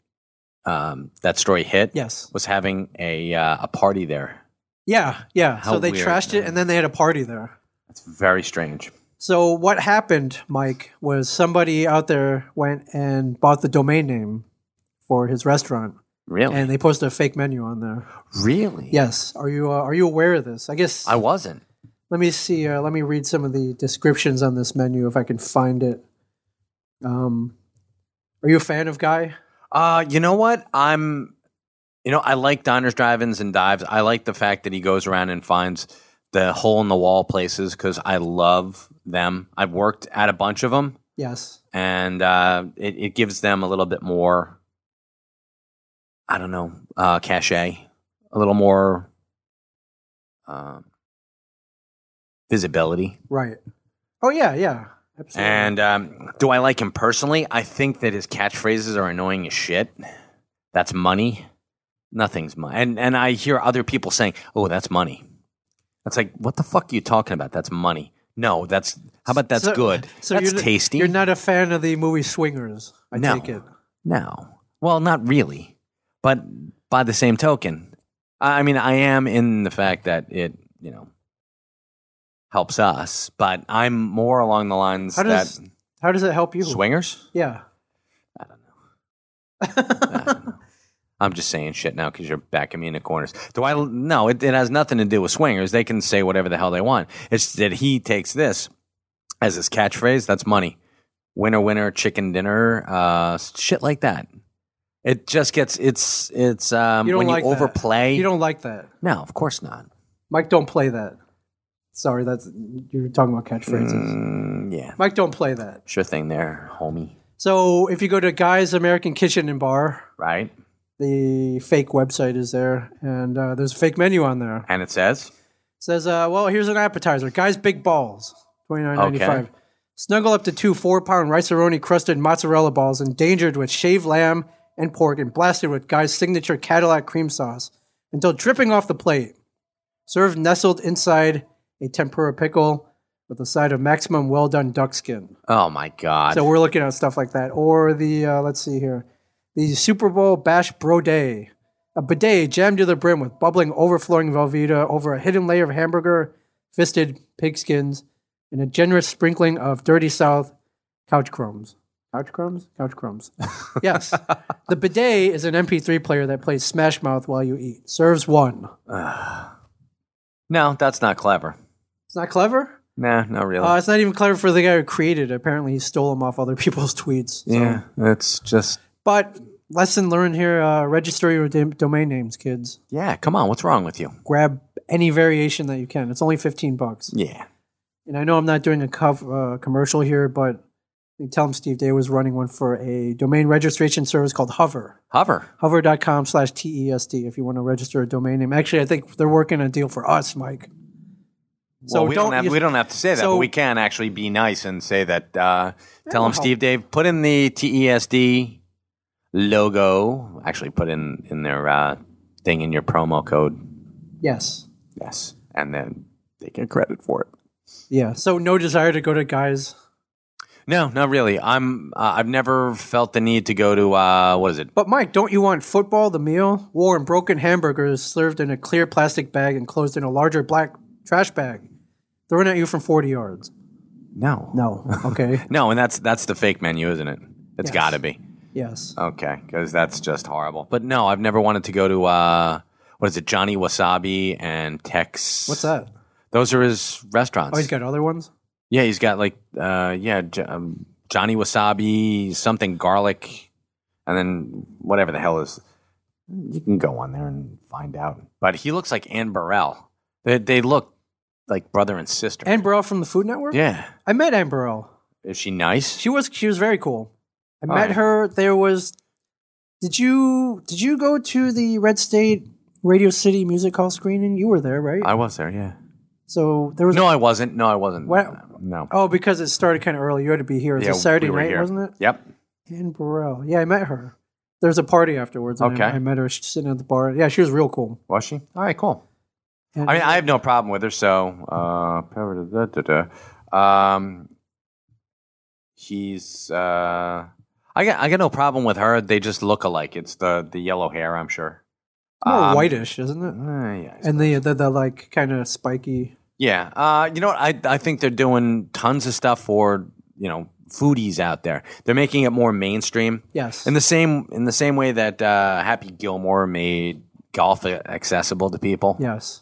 B: um, that story hit
A: Yes.
B: was having a uh, a party there.
A: Yeah. Yeah.
B: How
A: so they
B: weird,
A: trashed it,
B: man.
A: and then they had a party there.
B: It's very strange.
A: So what happened, Mike, was somebody out there went and bought the domain name for his restaurant,
B: Really,
A: and they posted a fake menu on there.
B: really.
A: Yes. Are you uh, are you aware of this? I guess.
B: I wasn't.
A: let me see. Uh, let me read some of the descriptions on this menu if I can find it. Um, are you a fan of Guy?
B: Uh, you know what? I'm You know, I like diners, drive-ins, and dives. I like the fact that he goes around and finds the hole in the wall places because I love them. I've worked at a bunch of them,
A: Yes.
B: and uh, it, it gives them a little bit more. I don't know, uh, cachet, a little more um, visibility.
A: Right. Oh yeah, yeah. Absolutely.
B: And um, do I like him personally? I think that his catchphrases are annoying as shit. That's money. Nothing's money. And and I hear other people saying, "Oh, that's money." That's like, what the fuck are you talking about? That's money. No, that's how about that's
A: So-
B: good. that's
A: you're,
B: tasty.
A: You're not a fan of the movie Swingers. I
B: No.
A: take it.
B: no, well, not really. But by the same token, I I mean, I am in the fact that it, you know, helps us. But I'm more along the lines
A: How does-
B: that
A: How does it help you?
B: swingers.
A: Yeah. I don't know.
B: I'm just saying shit now because you're backing me into corners. Do I? No, it, it has nothing to do with swingers. They can say whatever the hell they want. It's that he takes this as his catchphrase. That's money. Winner, winner, chicken dinner, uh, shit like that. It just gets it's it's um,
A: You don't
B: when
A: like
B: you
A: that.
B: overplay.
A: you don't like that.
B: No, of course not.
A: Mike, don't play that. Sorry, that's you're talking about catchphrases.
B: Mm, yeah,
A: Mike, don't play that.
B: sure thing there, homie.
A: So if you go to Guy's American Kitchen and Bar,
B: Right,
A: the fake website is there, and uh, there's a fake menu on there.
B: and it says
A: Says, uh, well, here's an appetizer. Guys, big balls, twenty nine ninety five.
B: Okay.
A: Snuggle up to two four pound riceroni crusted mozzarella balls, endangered with shaved lamb and pork, and blasted with Guy's signature Cadillac cream sauce until dripping off the plate. Served nestled inside a tempura pickle with a side of maximum well done duck skin.
B: "Oh my god."
A: So we're looking at stuff like that, or the uh, let's see here, the Super Bowl Bash Broday, a bidet jammed to the brim with bubbling, overflowing Velveeta over a hidden layer of hamburger, fisted pigskins, and a generous sprinkling of dirty South couch crumbs. Couch crumbs, couch <laughs> crumbs. yes, the bidet is an MP3 player that plays Smash Mouth while you eat. Serves one.
B: no, that's not clever.
A: It's not clever.
B: Nah, not really.
A: Uh, it's not even clever for the guy who created it. Apparently, he stole them off other people's tweets. so-
B: yeah, it's just
A: But lesson learned here: uh, register your dam- domain names, kids.
B: yeah. Come on, what's wrong with you?
A: Grab any variation that you can. It's only fifteen bucks.
B: Yeah.
A: And I know I'm not doing a cov- uh, commercial here, but you tell them Steve Day was running one for a domain registration service called Hover.
B: Hover.
A: Hover.com slash TESD if you want to register a domain name. Actually, I think they're working a deal for us, Mike. So
B: well, we don't,
A: don't
B: have,
A: use-
B: we don't have to say that,
A: so-
B: but we can actually be nice and say that. Uh, tell
A: well.
B: them, Steve, Dave, put in the TESD logo. Actually, put in in their uh, thing in your promo code.
A: Yes.
B: Yes, and then they get credit for it.
A: Yeah. So no desire to go to guys.
B: No, not really. I'm. Uh, I've never felt the need to go to uh, what is it?
A: But Mike, don't you want football, the meal? Warm, broken hamburgers served in a clear plastic bag enclosed in a larger black trash bag, thrown at you from 40 yards.
B: No,
A: No. <laughs> Okay.
B: no. And that's that's the fake menu, isn't it? It's
A: Yes.
B: got to be.
A: yes.
B: Okay, because that's just horrible. But no, I've never wanted to go to uh, what is it, Johnny Wasabi and Tex.
A: What's
B: <laughs>
A: that?
B: Those are his restaurants.
A: Oh, he's got other ones?
B: yeah, he's got like uh, yeah, J- um, Johnny Wasabi, something garlic, and then whatever the hell is. You can go on there and find out. But he looks like Anne Burrell. They they look like brother and sister.
A: Anne Burrell from the Food Network?
B: yeah,
A: I met Anne Burrell.
B: is she nice?
A: She was she was very cool. I met
B: right.
A: her. There was Did you did you go to the Red State Radio City Music Hall screening? You were there, right?
B: I was there. Yeah.
A: so there was
B: No, I wasn't. No, I wasn't.
A: What-
B: No.
A: Oh, because it started kind of early. You had to be here. It was
B: Yeah,
A: a Saturday
B: we were
A: night,
B: here.
A: wasn't it?
B: Yep.
A: Anne Burrell. Yeah, I met her. There's a party afterwards. and I-
B: Okay.
A: I, met her. She's sitting at the bar. Yeah, she was real cool.
B: Was she? All right. Cool.
A: And-
B: I mean, I have no problem with her. So, uh, da, da, da. um, he's uh, I got I got no problem with her. They just look alike. It's the the yellow hair, I'm sure.
A: more
B: Um,
A: whitish, isn't
B: uh,
A: it?
B: yeah,
A: And the, the, the like kind of spiky.
B: yeah. Uh, you know what? I I think they're doing tons of stuff for you know foodies out there. They're making it more mainstream.
A: Yes.
B: In the same in the same way that uh, Happy Gilmore made golf accessible to people.
A: yes.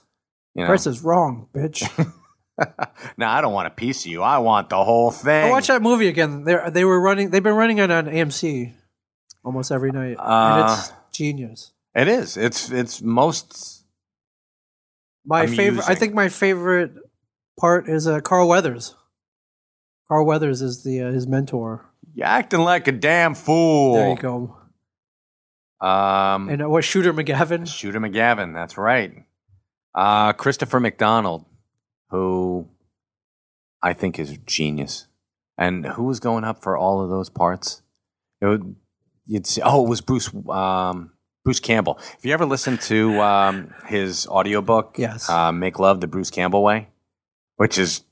B: You know?
A: Price is wrong,
B: <laughs>
A: bitch.
B: No, I don't want a piece of you. I want the whole thing.
A: I watched that movie again. They
B: Uh,
A: they were running. They've been running it on AMC almost every night, and it's genius.
B: It is. It's it's most
A: My
B: Amusing.
A: favorite. I think my favorite part is uh, Carl Weathers. Carl Weathers is the uh, his mentor.
B: you're acting like a damn fool.
A: There you go.
B: Um,
A: And uh, what Shooter McGavin?
B: Shooter McGavin, that's right. Uh, Christopher McDonald, who I think is genius. And who was going up for all of those parts? It would, you'd see, oh, it was Bruce um, Bruce Campbell. If you ever listen to um, his audiobook,
A: Yes.
B: uh, Make Love the Bruce Campbell Way, which is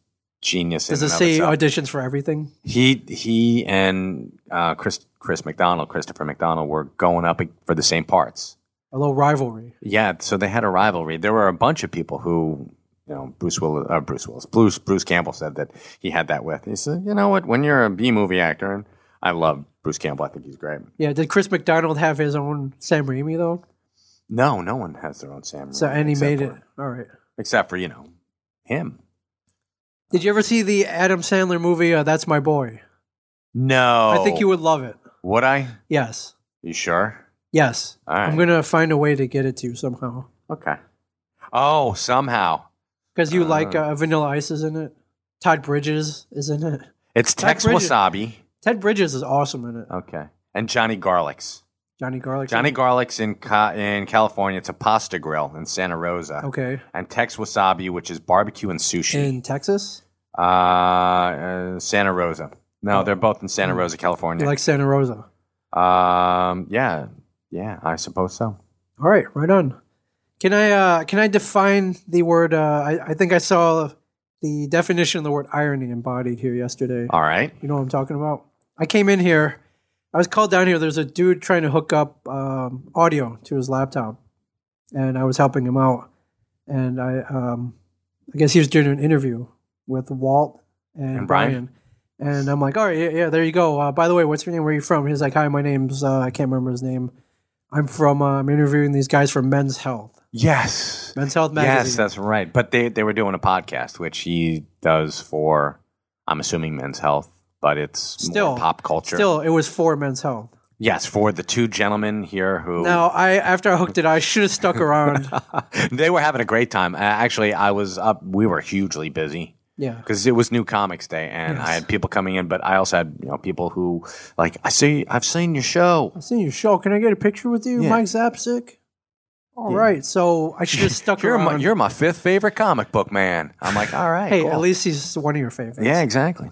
B: genius.
A: Does it
B: in and of
A: say
B: itself.
A: auditions for everything?
B: He he and uh, Chris Chris McDonald, Christopher McDonald, were going up for the same parts.
A: A little rivalry.
B: Yeah, so they had a rivalry. There were a bunch of people who, you know, Bruce Willis, uh, Bruce Willis, Bruce Bruce Campbell said that he had that with. He said, you know what? When you're a B movie actor, and I love Bruce Campbell. I think he's great.
A: Yeah. Did Chris McDonald have his own Sam Raimi though?
B: No, no one has their own Sam.
A: So
B: Raimi
A: and he
B: except
A: made it.
B: for-
A: All right.
B: except for you know him.
A: Did you ever see the Adam Sandler movie? Uh, That's my boy.
B: No,
A: I think you would love it.
B: Would I?
A: Yes.
B: You sure?
A: Yes.
B: All right.
A: I'm gonna find a way to get it to you somehow
B: Okay. Oh, somehow
A: because you like
B: Uh.
A: uh, Vanilla Ice is in it. Todd Bridges is in it.
B: it's Tex
A: Bridges.
B: Wasabi.
A: Ted Bridges is awesome in it.
B: Okay, and Johnny Garlic's.
A: Johnny Garlic.
B: Johnny Garlic's in Ca- in California. It's a pasta grill in Santa Rosa.
A: Okay.
B: and Tex Wasabi, which is barbecue and sushi.
A: In Texas,
B: uh, uh, Santa Rosa. No, they're both in Santa Rosa, California.
A: you Oh. Mm. like Santa Rosa.
B: um, yeah, yeah, I suppose so.
A: All right, right on. Can I uh, can I define the word? Uh, I, I think I saw the definition of the word irony embodied here yesterday.
B: All right.
A: You know what I'm talking about? I came in here. I was called down here. There's a dude trying to hook up um, audio to his laptop, and I was helping him out. And I, um, I guess he was doing an interview with Walt and,
B: And Brian.
A: Brian. And I'm like, all right, yeah, yeah there you go. Uh, by the way, what's your name? Where are you from? He's like, hi, my name's uh, I can't remember his name. I'm from. Uh, I'm interviewing these guys from Men's Health.
B: Yes.
A: Men's Health
B: Yes,
A: magazine.
B: that's right. But they, they were doing a podcast, which he does for, I'm assuming, men's health, but it's
A: Still-
B: more pop culture.
A: Still, it was for Men's Health.
B: Yes, for the two gentlemen here who.
A: Now, I after I hooked it, I should have stuck around.
B: <laughs> they were having a great time. Uh, Actually, I was up. We were hugely busy.
A: yeah.
B: because it was New Comics Day, and I had people coming in, but I also had you know people who like I see I've seen your show.
A: I've seen your show. Can I get a picture with you,
B: Yeah.
A: Mike Zapsik? All right, so I
B: <laughs>
A: should have stuck
B: You're
A: around.
B: my, you're my fifth favorite comic book man. I'm like, all right,
A: hey,
B: cool.
A: at least he's one of your favorites.
B: yeah, exactly.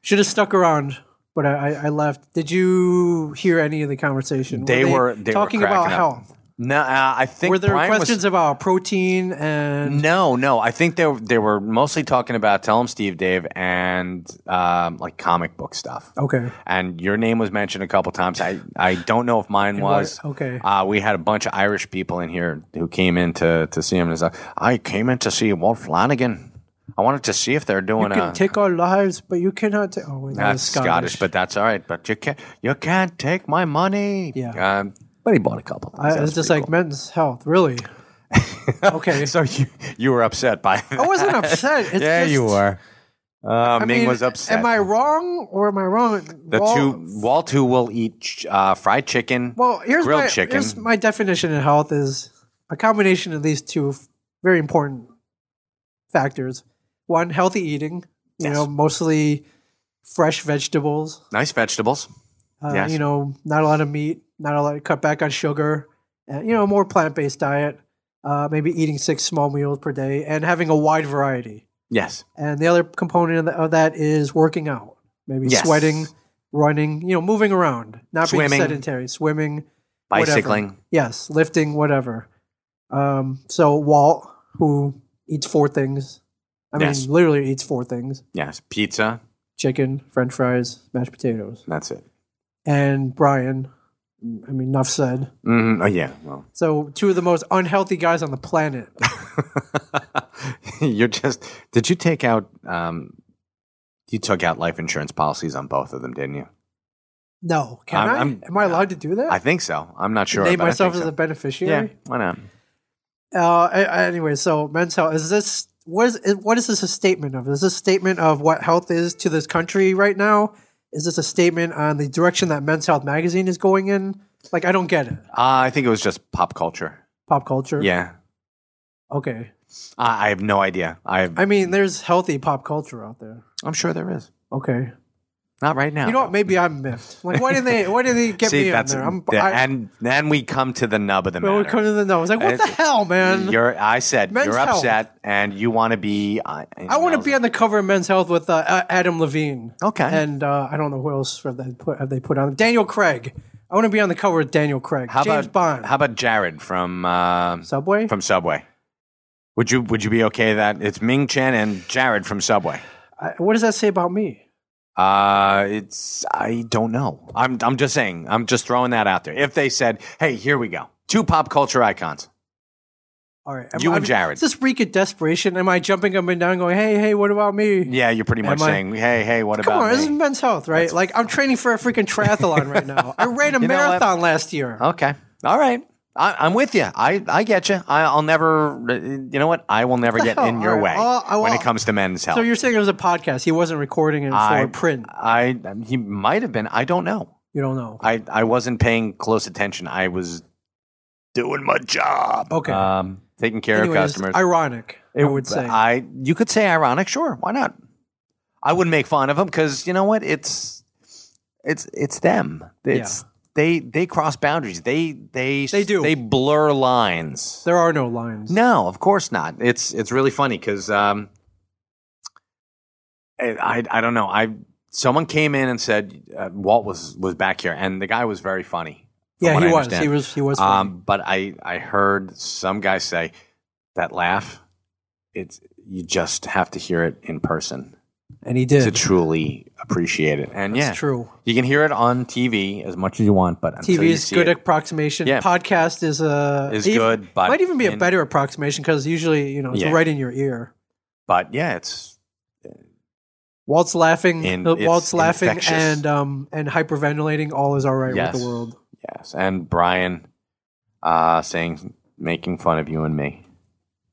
A: should have stuck around, but I, I, I left. Did you hear any of the conversation?
B: They were- they were
A: talking about
B: cracking up.
A: health.
B: No, uh, I think
A: Were there
B: Brian Mm.
A: questions about protein
B: Was,
A: and
B: no, no, I think they were- they were mostly talking about Tell 'em Steve Dave and um, like comic book stuff.
A: okay?
B: And your name was mentioned a couple times. I, I don't know if mine
A: what-
B: was.
A: okay.
B: Uh, we had a bunch of Irish people in here who came in to, to see him. It's like, I came in to see Walt Flanagan. I wanted to see if they're
A: You
B: doing a.
A: can take our lives, but you cannot take. Oh, wait, that was
B: that's Scottish. but that's all right. But you can't, you can't take my money.
A: Yeah.
B: Um, but he bought a couple. Things.
A: I,
B: That
A: it's
B: was
A: just
B: pretty
A: like men's health, really. okay,
B: cool. <laughs> so you you were upset by.
A: <laughs> I wasn't upset. It's
B: <laughs> yeah,
A: just,
B: you were. Uh,
A: I
B: Ming
A: mean,
B: was upset.
A: Am I wrong or am I wrong?
B: the
A: Wrong-
B: two Walt who will eat ch- uh, fried chicken.
A: Well, here's
B: Grilled
A: my,
B: chicken.
A: here's my definition of health is a combination of these two f- very important factors. One, healthy eating, you
B: Yes.
A: know, mostly fresh vegetables,
B: nice vegetables.
A: uh,
B: Yes.
A: you know, not a lot of meat, not a lot cut back on sugar, and, you know, more plant-based diet, uh, maybe eating six small meals per day and having a wide variety.
B: Yes.
A: And the other component of, th- of that is working out, maybe
B: Yes.
A: sweating, running, you know, moving around, not
B: Swimming.
A: being sedentary, swimming, whatever.
B: bicycling.
A: Yes, lifting, whatever. Um, so Walt, who eats four things, I
B: Yes.
A: mean, literally eats four things:
B: Yes, pizza.
A: chicken, French fries, mashed potatoes.
B: That's it.
A: And Brian, I mean, enough said.
B: Mm, oh yeah. Well, <laughs>
A: So two of the most unhealthy guys on the planet.
B: you're just. Did you take out? Um, you took out life insurance policies on both of them, didn't you?
A: No, can
B: I'm-
A: i
B: I'm-
A: Am I allowed to do that?
B: I think so. I'm not sure.
A: Name
B: but I think
A: myself as
B: so.
A: a
B: yeah.
A: beneficiary.
B: Why not?
A: Uh, a- a- anyway, so men's health is this. What is is- what is this a statement of? Is this a statement of what health is to this country right now? Is this a statement on the direction that Men's Health magazine is going in? Like I don't get it.
B: Uh, I think it was just pop culture.
A: Pop culture.
B: Yeah.
A: Okay.
B: I, I have no idea. I,
A: I mean, there's healthy pop culture out there.
B: I'm sure there is.
A: Okay.
B: Not right now.
A: You know what? Maybe I'm miffed. Like why did they? Why did they get
B: <laughs> See,
A: me in
B: that's
A: there? I'm.
B: yeah,
A: I,
B: and then we come to the nub of the
A: but we
B: matter.
A: come to the nose. Like what
B: It's-
A: the hell, man?
B: You're, I said
A: Men's
B: you're
A: health.
B: upset, and you want to be. uh, I,
A: I want to be on the cover of Men's Health with uh, A- Adam Levine.
B: Okay.
A: And uh, I don't know who else have they put, have they put on. Daniel Craig. I want to be on the cover with Daniel Craig.
B: How
A: James
B: about
A: Bond.
B: How about Jared from uh,
A: Subway?
B: from Subway? Would you Would you be okay that it's Ming Chen and Jared from Subway?
A: I, what does that say about me?
B: Uh, it's I don't know. I'm I'm just saying. I'm just throwing that out there. If they said, "Hey, here we go, two pop culture icons,"
A: All right. am
B: You
A: I-
B: and Jared.
A: Is this reek of desperation? Am I jumping up and down going, hey, hey, what about me?
B: yeah, you're pretty much
A: Am I-
B: saying, "Hey, hey, what
A: Come
B: about
A: on,
B: me?"
A: this is men's health, right? like, I'm training for a freaking triathlon right now. I ran a
B: <laughs> You know what? Oh,
A: marathon last year.
B: Okay. All right. I, I'm with you. I, I get you. I, I'll never, you know what? I will never get in
A: <laughs>
B: your
A: All
B: way
A: right. I'll- I
B: when
A: will-
B: it comes to men's health.
A: So you're saying it was a podcast. He wasn't recording it for
B: I-
A: print.
B: I, he might have been. I don't know.
A: You don't know.
B: I, I wasn't paying close attention. I was doing my job.
A: Okay.
B: Um, taking care
A: Anyways,
B: of customers. Oh,
A: ironic, I would say.
B: I, you could say ironic. Sure. Why not? I wouldn't make fun of them because you know what? It's, it's, it's them. It's, They, they cross boundaries. They they
A: They do.
B: They blur lines.
A: there are no lines.
B: No, of course not. It's it's really funny because um, I, I I don't know. I someone came in and said uh, Walt was was back here, and the guy was very funny. from
A: Yeah,
B: what
A: he
B: I
A: was.
B: understand.
A: He was. He was. funny.
B: Um, but I I heard some guy say that laugh. It's you just have to hear it in person
A: and he
B: to
A: did.
B: truly appreciate it. And yeah,
A: It's true.
B: you can hear it on TV as much as you want, but until
A: TV
B: you
A: is
B: see
A: good
B: it,
A: approximation.
B: Yeah.
A: Podcast is a
B: Is good, but
A: might even be a
B: in-
A: better approximation because usually you know it's
B: Yeah.
A: right in your ear.
B: but yeah, it's
A: Walt's laughing.
B: And
A: uh,
B: it's
A: Walt's laughing
B: infectious.
A: and um and hyperventilating. All is all right with
B: Yes.
A: the world.
B: Yes, and Brian uh, saying making fun of you and me.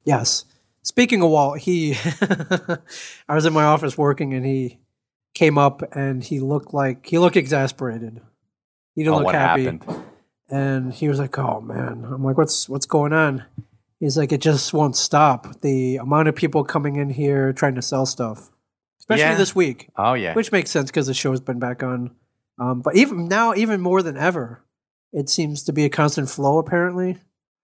A: Yes. Speaking of Walt, he <laughs> I was in my office working and he came up and he looked like he looked exasperated. He didn't
B: Oh,
A: look
B: what
A: happy.
B: happened?
A: and he was like, "Oh man," I'm like, "What's what's going on?" He's like, "It just won't stop. The amount of people coming in here trying to sell stuff, especially
B: Yeah.
A: this week,
B: Oh yeah,
A: which makes sense because the show's been back on. Um, but even now, even more than ever, it seems to be a constant flow. Apparently,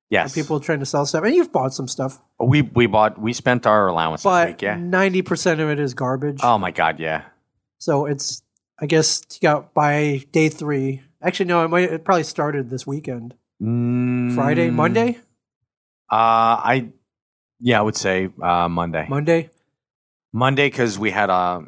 B: yes.
A: of people trying to sell stuff, and you've bought some stuff,
B: we we bought we spent our allowance this
A: but
B: week. Yeah.
A: ninety percent of it is garbage.
B: Oh my god, yeah.
A: So it's, I guess, you got by day three. Actually, no, it might it probably started this weekend,
B: Mm,
A: Friday, Monday.
B: Uh, I yeah, I would say uh, Monday.
A: Monday.
B: Monday because we had uh,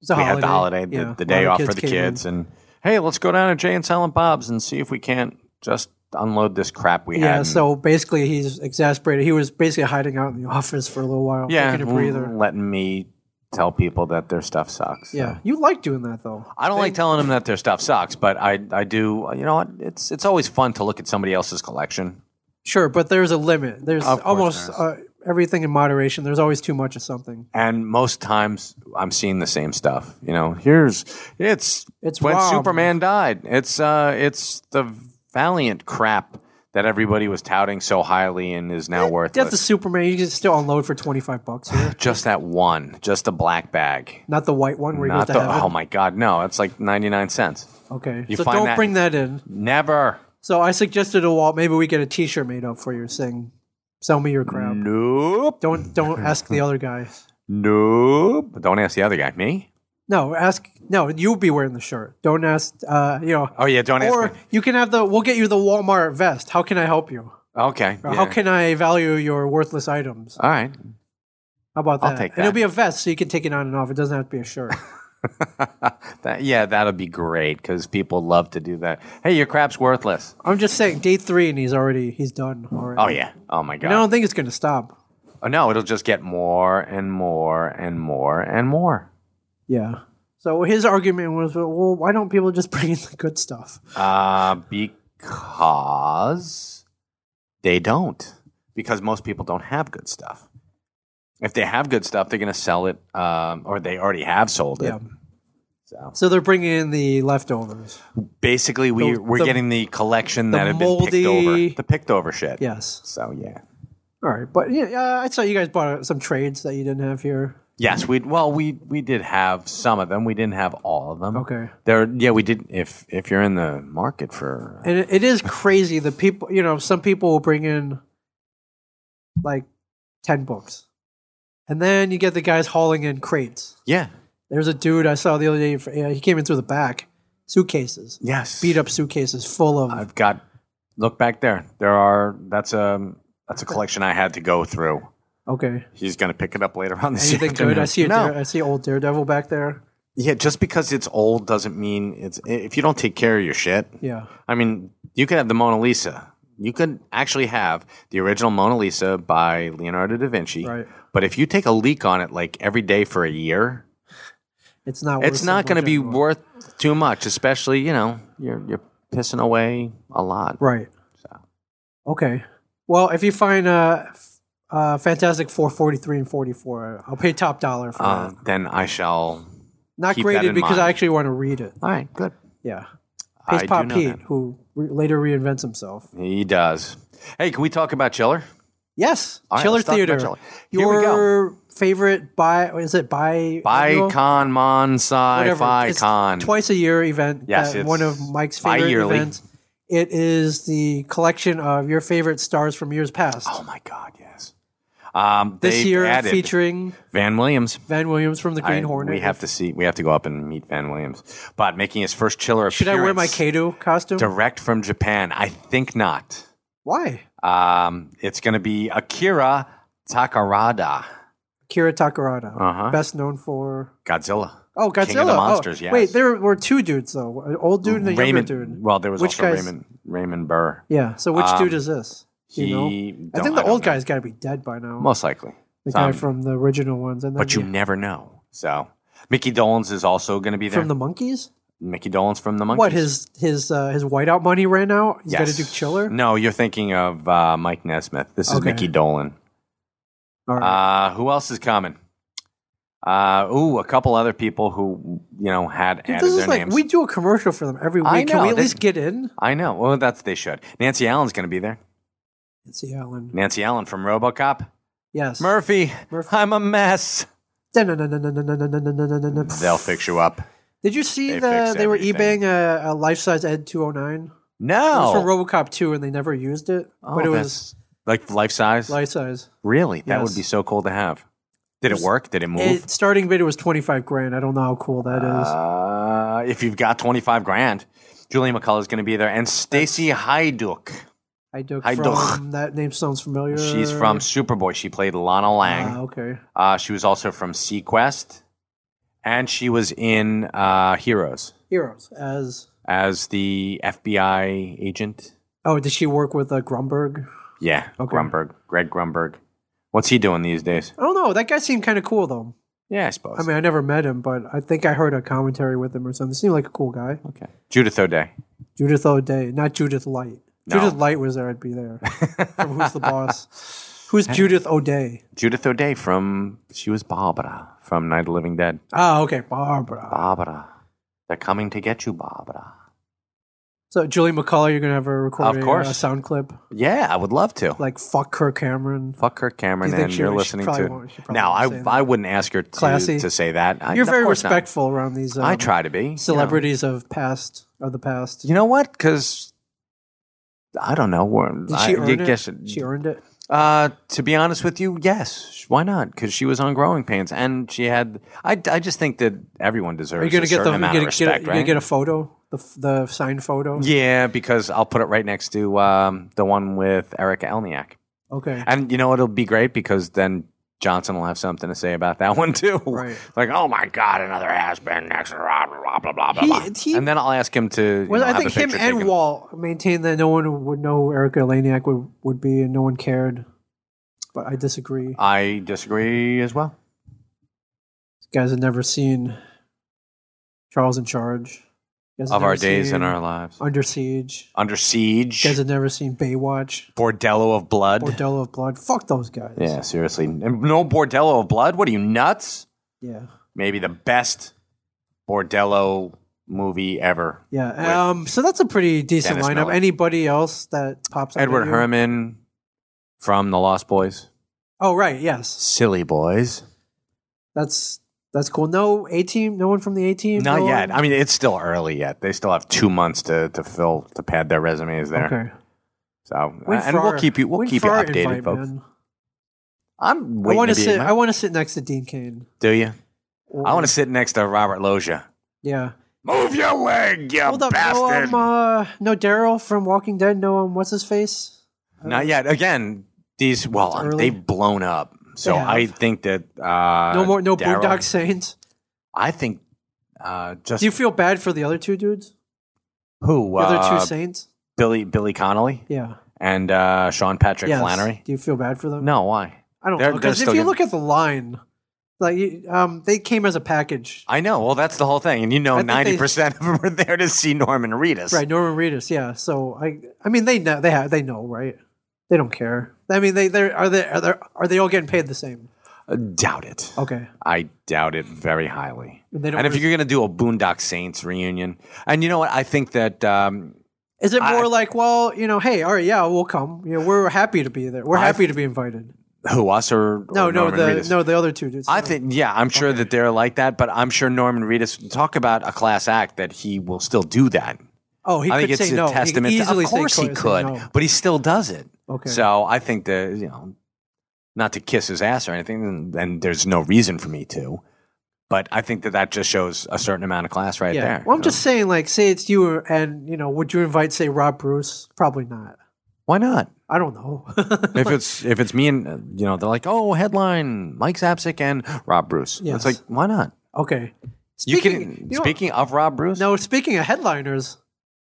A: It's a
B: we
A: holiday.
B: had the holiday, the,
A: Yeah.
B: the
A: A
B: day
A: lot
B: off
A: of
B: for the
A: came in.
B: kids, and hey, let's go down to Jay and Silent Bob's and see if we can't just unload this crap we had.
A: Yeah,
B: and-
A: so basically he's exasperated. He was basically hiding out in the <laughs> office for a little while,
B: yeah,
A: taking a breather.
B: letting me tell people that their stuff sucks. so.
A: Yeah, you like doing that though.
B: I don't like telling them that their stuff sucks, but I I do. You know what? It's it's always fun to look at somebody else's collection.
A: Sure, but there's a limit. There's
B: Of course
A: almost
B: there is.
A: uh, everything in moderation. There's always too much of something.
B: And most times I'm seeing the same stuff. You know, here's it's
A: It's
B: when
A: Rob.
B: Superman died. It's uh it's the Valiant crap that everybody was touting so highly and is now
A: Death of
B: worthless.
A: Superman, you can still unload for twenty five bucks
B: <sighs>
A: here.
B: Just that one, just the black bag.
A: Not the white one where you
B: Not
A: goes to
B: the
A: heaven.
B: oh my god, no, it's like 99 cents.
A: okay,
B: you
A: so
B: find
A: don't
B: that-
A: bring that in.
B: Never.
A: So I suggested to Walt maybe we get a T-shirt made up for you saying, "Sell me your crap."
B: Nope.
A: Don't
B: <laughs>
A: don't ask the other guy.
B: Nope. Don't ask the other guy. Me?
A: No, ask. No, you'll be wearing the shirt. Don't ask. Uh, you know.
B: Oh yeah, don't
A: or
B: ask me.
A: you can have the. We'll get you the Walmart vest. How can I help you?
B: Okay.
A: Or
B: yeah.
A: How can I value your worthless items?
B: All right. <laughs>
A: How about that?
B: I'll take
A: And it'll
B: that.
A: be a vest, so you can take it on and off. It doesn't have to be a
B: <laughs>
A: shirt.
B: That, yeah, that'll be great because people love to do that. Hey, your crap's worthless.
A: I'm just saying, day three, and he's already he's done already.
B: Oh yeah. Oh my god.
A: And I don't think it's going to stop.
B: Oh, no, it'll just get more and more and more and more.
A: Yeah. So his argument was, well, why don't people just <laughs> bring in the good stuff?
B: Uh, because they don't. Because most people don't have good stuff. If they have good stuff, they're going to sell it, um, or they already have sold it.
A: Yeah.
B: So
A: So they're bringing in the leftovers.
B: basically, we
A: The-
B: we're
A: the-
B: getting the collection
A: the
B: that had been picked over,
A: moldy-
B: the picked over shit.
A: Yes.
B: So yeah.
A: All right, but yeah, uh, I saw you guys bought uh, some trades that you didn't have here.
B: Yes, we well we we did have some of them. We didn't have all of them.
A: Okay.
B: There, yeah, we did. If if you're in the market for,
A: And it, it is crazy. The people, you know, some people will bring in like 10 books. And then you get the guys hauling in crates.
B: yeah,
A: There's a dude I saw the other day. Yeah, he came in through the back. Suitcases.
B: yes,
A: Beat up suitcases full of.
B: I've got. Look back there. There are. That's a that's a collection I had to go through. <laughs>
A: okay.
B: He's gonna pick it up later on this
A: Anything
B: afternoon.
A: good? I see a
B: no.
A: dare, I see old Daredevil back there.
B: Yeah, just because it's old doesn't mean it's. If you don't take care of your shit,
A: Yeah.
B: I mean, you could have the Mona Lisa. You could actually have the original Mona Lisa by Leonardo da Vinci.
A: Right.
B: But if you take a leak on it like every day for a year,
A: It's not.
B: it's not going to be
A: worth.
B: worth too much, especially, you know, you're, you're pissing away a lot.
A: Right. Okay. Well, if you find uh, f- uh, Fantastic Four, 43 and 44, I'll pay top dollar for
B: Uh,
A: that.
B: then I shall.
A: Not
B: keep that
A: graded
B: in
A: because I
B: mind.
A: actually want to read it.
B: All right, good.
A: Yeah.
B: I
A: Pace
B: do
A: Pop
B: know
A: Pete,
B: that.
A: who re- later reinvents himself.
B: He does. Hey, can we talk about Chiller?
A: Yes.
B: All right,
A: Chiller
B: let's talk about
A: Theater.
B: Chiller. Here we go.
A: Your favorite bi is it bi annual?
B: Bicon, Mon, Sci
A: Whatever.
B: Fi
A: It's
B: Con.
A: Twice a year event.
B: Yes,
A: uh,
B: it's
A: one of Mike's favorite
B: bi-yearly.
A: events. It is the collection of your favorite stars from years past.
B: Oh my God, yes. Um,
A: this
B: they've
A: year
B: added
A: featuring
B: Van Williams.
A: Van Williams from the Green
B: I-
A: Hornet.
B: We have to see. We have to go up and meet Van Williams. But making his first chiller
A: Should I
B: appearance
A: wear my Kato costume?
B: direct from Japan? I think not.
A: Why?
B: Um, it's going to be Akira Takarada,
A: Kira Takarada,
B: Uh-huh.
A: best known for
B: Godzilla.
A: oh Godzilla.
B: King of the
A: Oh,
B: Monsters. yes.
A: Wait, there were two dudes though, an old dude and a
B: Raymond.
A: younger dude.
B: Well, there was
A: Which
B: also
A: guys-
B: Raymond Raymond Burr.
A: Yeah. So which
B: Um,
A: dude is this? Do you know?
B: He,
A: I
B: don't-
A: think the
B: don't
A: old
B: know.
A: guy's got to be dead by now.
B: most likely.
A: the guy
B: um,
A: from the original ones, and then
B: But you
A: the-
B: never know. So Mickey Dolans is also going to be there.
A: from the monkeys.
B: Mickey Dolans from the Monkeys.
A: What his his uh, his whiteout money ran out? You got
B: Yes.
A: to do chiller.
B: No, you're thinking of uh, Mike Nesmith. This is
A: Okay.
B: Mickey Dolan.
A: All right.
B: Uh, who else is coming? Uh, ooh, a couple other people who you know had
A: Dude,
B: added
A: this
B: their
A: is like
B: names.
A: we do a commercial for them every week.
B: I
A: Can
B: know,
A: we at
B: they-
A: least get in?
B: I know. Well, that's they should. Nancy Allen's going to be there.
A: Nancy Allen.
B: Nancy Allen from RoboCop.
A: Yes.
B: Murphy,
A: Murphy.
B: I'm a mess. They'll
A: They'll
B: fix you up.
A: Did you see
B: They
A: the
B: fixed
A: they were eBaying
B: everything.
A: a, a life size Ed 209? It was from
B: No,
A: RoboCop 2, and they never used it,
B: Oh,
A: but it was
B: that's- like life size.
A: life size.
B: really, that would
A: Yes.
B: be so cool to have. Did it
A: It's-
B: work? Did it move?
A: It, starting bid was 25 grand. I don't know how cool that is.
B: Uh, if youve got 25 grand, Julie McCullough is going to be there, and Stacy Hayduk.
A: I do
B: I don't-
A: from that name sounds familiar.
B: She's from Superboy. She played Lana Lang.
A: Ah, okay.
B: Uh, she was also from Sequest, and she was in uh, Heroes
A: Heroes as
B: as the FBI agent.
A: oh, did she work with uh, Grumberg?
B: Yeah,
A: Okay.
B: Grumberg, Greg Grumberg. What's he doing these days?
A: I don't know. That guy seemed kind of cool though.
B: Yeah, I suppose.
A: I mean, I never met him, but I think I heard a commentary with him or something. Seemed like a cool guy.
B: okay. Judith O'Day.
A: Judith O'Day, not Judith Light.
B: No.
A: Judith Light was there. I'd be
B: <laughs>
A: there. From Who's the boss? Who's Judith O'Day?
B: Judith O'Day from she was Barbara from Night of the Living Dead.
A: Oh, okay, Barbara.
B: Barbara, they're coming to get you, Barbara.
A: So Julie McCullough, you're gonna have her record
B: Of
A: a,
B: course.
A: a sound clip
B: Yeah, I would love to.
A: like "fuck her, Cameron."
B: Fuck her, Cameron,
A: Do you think
B: and
A: she-
B: you're
A: she
B: listening
A: probably
B: to.
A: won't- she probably
B: Now,
A: won't
B: I
A: say that.
B: I wouldn't ask her to,
A: Classy.
B: to say that. I-
A: You're
B: of
A: very
B: course not.
A: respectful around these. Um,
B: I try to be you know.
A: celebrities of past of the past.
B: You know what? Because I don't know. We're,
A: Did
B: I,
A: she earn
B: you
A: it?
B: guess it-
A: She earned it.
B: uh, to be honest with you, yes. Why not? Because she was on Growing Pains, and she had. I, I just think that everyone deserves
A: Are you gonna
B: a
A: get
B: certain
A: the? You
B: amount
A: gonna,
B: of respect,
A: get, you
B: right?
A: gonna get a photo, the f- the signed photo.
B: yeah, because I'll put it right next to um, the one with Eric Elniak,
A: Okay.
B: and you know it'll be great because then Johnson will have something to say about that <laughs> one too.
A: Right.
B: like, oh my God, another has been next to blah blah blah blah blah.
A: He-
B: blah.
A: he-
B: and then I'll ask him to. you
A: Well,
B: know,
A: I
B: have
A: think
B: the
A: him
B: picture
A: and
B: taken.
A: Wall maintained that no one would know who Erica Laniak would, would be, and no one cared. But I disagree. These
B: I disagree as well.
A: guys have never seen Charles in Charge. You guys have
B: of our
A: never
B: days
A: seen
B: and our lives.
A: Under Siege.
B: Under siege,
A: You guys have never seen Baywatch.
B: bordello of blood.
A: Bordello of Blood. Fuck those guys.
B: yeah, seriously, And no bordello of blood. What are you nuts?
A: Yeah.
B: Maybe the best bordello movie ever. with
A: Yeah. Um, so that's a pretty decent
B: Dennis
A: lineup.
B: Miller.
A: Anybody else that pops up?
B: Edward
A: at you?
B: Herman from The Lost Boys,
A: Oh, right. Yes.
B: Silly Boys.
A: That's that's cool. No A team. No one from the A team.
B: Not
A: No
B: yet.
A: one?
B: I mean, it's still early yet. They still have two months to, to fill to pad their resumes there.
A: Okay.
B: So
A: Wait
B: Uh, and
A: for
B: we'll
A: our-
B: keep you we'll
A: wait
B: keep
A: for
B: you
A: our
B: updated,
A: invite,
B: folks.
A: man.
B: I'm
A: I
B: waiting
A: want to
B: be
A: sit.
B: invited.
A: I want to sit next to Dean Kane.
B: Do you?
A: Or-
B: I want to sit next to Robert Loggia.
A: Yeah.
B: Move your leg, you
A: Hold up. No,
B: bastard!
A: um, uh, no Daryl from Walking Dead. No, um, what's his face?
B: Not yet. Again, these well,
A: It's early.
B: they've blown up. So
A: They have.
B: I think that uh,
A: no more. No
B: Daryl-
A: Boondock Saints.
B: I think uh, just
A: Do you feel bad for the other two dudes?
B: who
A: The other
B: uh,
A: two Saints.
B: Billy Billy Connolly
A: Yeah.
B: and uh, Sean Patrick
A: Yes.
B: Flannery.
A: Do you feel bad for them?
B: No, why?
A: I don't
B: They're-
A: know.
B: they're
A: Because if
B: still
A: you
B: getting-
A: look at the line, like you- um, they came as a package.
B: I know. Well, that's the whole thing, and you
A: I
B: know,
A: think they-
B: ninety percent of them are there to see Norman Reedus.
A: Right, Norman Reedus. Yeah. So I, I mean, they know they have, they know, right? They don't care. I mean, they they are they are they are they all getting paid the same?
B: Uh, doubt it.
A: Okay.
B: I doubt it very highly.
A: And they don't.
B: And if
A: really-
B: you're going to do a Boondock Saints reunion, and you know what, I think that um,
A: is it
B: I-
A: more like, well, you know, hey, all right, yeah, we'll come. You know, we're happy to be there. We're
B: I-
A: happy to be invited.
B: who us or,
A: No,
B: or
A: no,
B: Norman
A: the
B: Reedus?
A: no, the other two dudes.
B: I think, yeah, I'm sure that they're like that, but I'm sure Norman Reedus talk about a class act that he will still do that.
A: Oh, he
B: I
A: could
B: think it's
A: say
B: a
A: no. He could
B: testament. to,
A: easily
B: of
A: say
B: course, he
A: say
B: could,
A: no.
B: but he still does it.
A: Okay.
B: So I think that you know, not to kiss his ass or anything, and, and there's no reason for me to. But I think that that just shows a certain amount of class right
A: yeah.
B: there.
A: Well, I'm just saying, like, say it's you, and you know, would you invite, say, Rob Bruce? Probably not.
B: why not?
A: I don't know. <laughs>
B: if it's if it's me and uh, you know they're like oh headline Mike Zapsik and Rob Bruce.
A: Yes.
B: It's like why not?
A: okay.
B: you can
A: you know-
B: speaking of Rob Bruce.
A: No, speaking of headliners,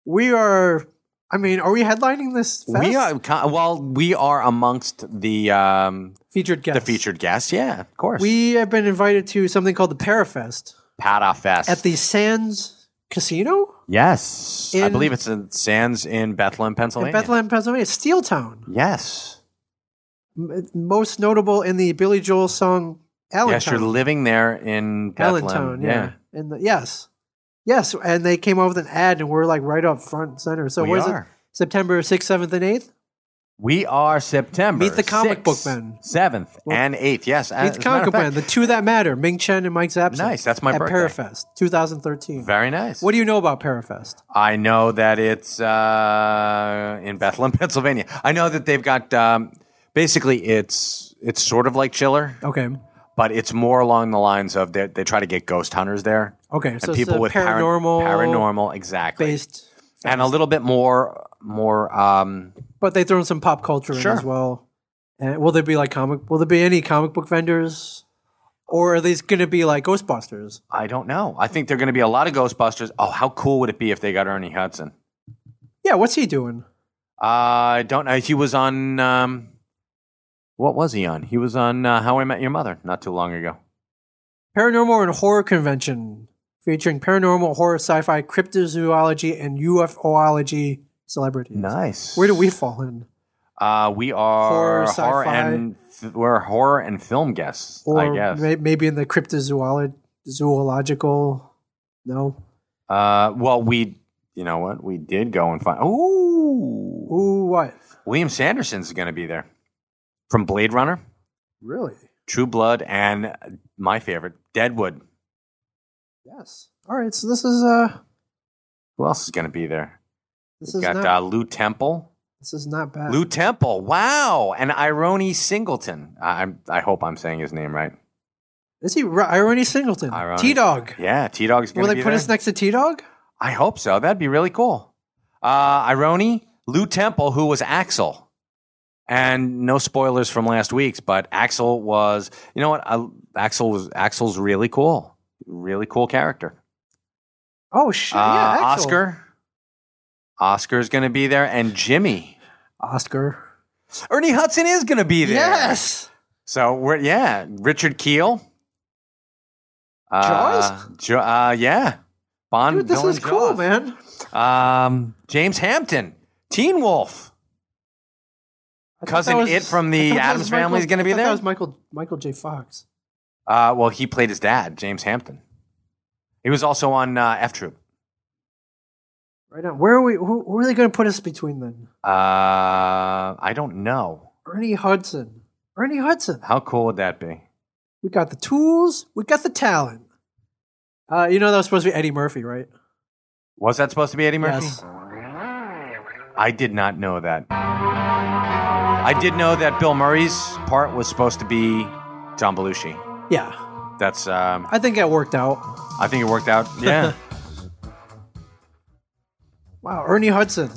A: we are. I mean, are we headlining this? Fest?
B: we are co- well we are amongst the um,
A: featured guests.
B: the featured guests. Yeah, of course.
A: We have been invited to something called the Parafest
B: Pada Fest
A: at the Sands Casino
B: yes. I
A: in-
B: believe it's in Sands in Bethlehem,
A: in
B: Pennsylvania.
A: Bethlehem, Pennsylvania, Steel Town.
B: Yes.
A: M- Most notable in the Billy Joel song "Allentown."
B: Yes, you're living there in Bethlehem.
A: Allentown, yeah. And the, yes, yes, and they came out with an ad, and we're like right up front and center. So
B: We
A: what is
B: are.
A: it? September sixth, seventh, and eighth.
B: We are September.
A: Meet the comic book
B: 6th,
A: men.
B: 7th and 8th. Yes. as
A: Meet
B: a
A: the
B: matter
A: Comic
B: of fact,
A: Band, the two that matter, Ming Chen and Mike Zapsik.
B: Nice, that's my
A: at
B: birthday.
A: Parafest, 2013.
B: Very nice.
A: What do you know about Parafest?
B: I know that it's uh, in Bethlehem, <laughs> Pennsylvania. I know that they've got um, basically it's it's sort of like Chiller,
A: Okay.
B: but it's more along the lines of they, they try to get ghost hunters there
A: Okay. So
B: and people
A: it's a
B: with par-
A: paranormal,
B: paranormal exactly,
A: based,
B: and a little bit more more um,
A: but they throw in some pop culture
B: Sure.
A: in as well. And will there be like comic? Will there be any comic book vendors, or are these going to be like Ghostbusters?
B: I don't know. I think they're going to be a lot of Ghostbusters. Oh, how cool would it be if they got Ernie Hudson? Uh,
A: Yeah. What's he doing?
B: I don't know. He was on. Um, what was he on? He was on uh, How I Met Your Mother not too long ago.
A: Paranormal and horror convention featuring paranormal, horror, sci-fi, cryptozoology, and UFOlogy celebrities.
B: Nice.
A: Where do we fall in?
B: Uh, we are
A: Horror,
B: horror,
A: sci-fi.
B: and f- we're horror and film guests.
A: Or
B: I guess.
A: May- maybe in the cryptozoology, zoological. No.
B: uh, well, we. You know what? We did go and find. Ooh,
A: Ooh, what?
B: William Sanderson's going to be there from Blade Runner,
A: Really?
B: True Blood, and my favorite, Deadwood.
A: Yes. All right. So this is uh,
B: Who else is going to be there?
A: this
B: We've
A: is
B: got
A: not
B: uh, Lou Temple.
A: this is not bad.
B: Lou Temple. Wow. And Irony Singleton. I, I'm- I hope I'm saying his name right.
A: Is he Ro- Irony Singleton?
B: Irony.
A: T Dog.
B: Yeah. T Dog's going
A: Will
B: to
A: they
B: be
A: put
B: there.
A: us next to T Dog?
B: I hope so. That'd be really cool. Uh, Irony, Lou Temple, who was Axel. And no spoilers from last week's, but Axel was, you know what? I, Axel was, Axel's really cool. Really cool character.
A: Oh shit!
B: Uh,
A: yeah, Axel.
B: Oscar. Oscar's going to be there. And Jimmy.
A: Oscar.
B: Ernie Hudson is going to be there.
A: Yes.
B: So we're yeah, Richard Keel.
A: Jaws?
B: Jo- uh, yeah, Bond.
A: Dude, this
B: villain
A: is cool,
B: Jaws.
A: man.
B: Um, James Hampton, Teen Wolf.
A: I thought
B: Cousin
A: that was-
B: It from the
A: I thought that
B: Addams
A: was
B: Family
A: Michael-
B: is gonna be
A: I thought
B: there?
A: That was Michael Michael J. Fox.
B: Uh, well, he played his dad, James Hampton. He was also on uh, F Troop.
A: Right now, where are we? Who, who are they going to put us between then?
B: Uh, I don't know.
A: Ernie Hudson. Ernie Hudson.
B: How cool would that be?
A: We got the tools. We got the talent. Uh, you know that was supposed to be Eddie Murphy, right?
B: Was that supposed to be Eddie Murphy?
A: Yes.
B: I did not know that. I did know that Bill Murray's part was supposed to be John Belushi.
A: Yeah.
B: That's um,
A: I think that worked out.
B: I think it
A: <laughs>
B: worked out. Yeah.
A: Wow, Ernie Hudson.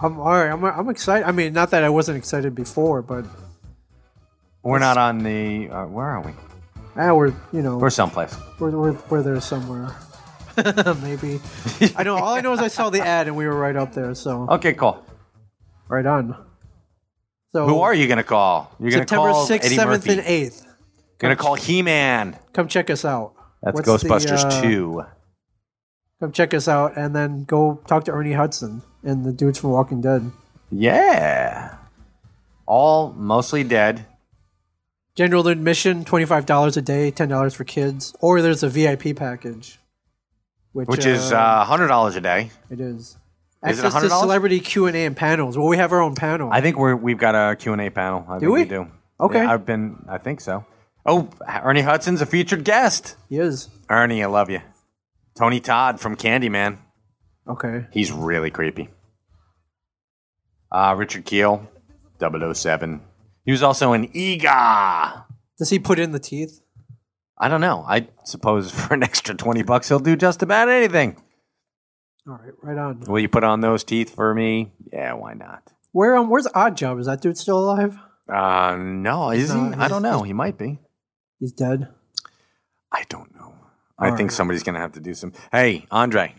A: I'm all right. I'm, I'm excited. I mean, not that I wasn't excited before, but
B: We're not on the. Uh, where are we?
A: now eh, we're you know
B: We're someplace.
A: we're, we're, we're there somewhere. <laughs> Maybe. I know. All I know is I saw the ad and we were right up there. So
B: Okay, cool.
A: right on. So
B: Who are you going to call? You're going to
A: Oh. September
B: call
A: sixth,
B: Eddie
A: seventh,
B: Murphy.
A: and eighth.
B: Going to call He Man.
A: Come check us out.
B: That's
A: What's the,
B: Ghostbusters
A: uh,
B: 2.
A: Come check us out, and then go talk to Ernie Hudson and the dudes from Walking Dead.
B: Yeah. All mostly dead.
A: General admission, twenty five dollars a day, ten dollars for kids, or there's a VIP package, which,
B: which is uh, hundred dollars a day.
A: It is.
B: Is it
A: Access to
B: $100?
A: celebrity Q and A and panels. Well, we have our own panel.
B: I think we're we've got a Q and A panel. I
A: Do
B: think we?
A: we?
B: do.
A: Okay.
B: Yeah, I've been. I think so. Oh, Ernie Hudson's a featured guest.
A: he is.
B: Ernie, I love you. Tony Todd from Candyman.
A: Okay.
B: He's really creepy. Uh, Richard Keel, 007. He was also in EGA.
A: Does he put in the teeth?
B: I don't know. I suppose <laughs> for an extra 20 bucks, he'll do just about anything.
A: All right, right on.
B: Will you put on those teeth for me? Yeah, why not?
A: Where um, where's Odd Job? Is that dude still alive?
B: Uh, no, is
A: No,
B: he? I
A: he's-
B: don't know. He might be.
A: He's dead.
B: I don't know. I
A: All
B: think
A: right.
B: somebody's going to have to do some. Hey, Andre.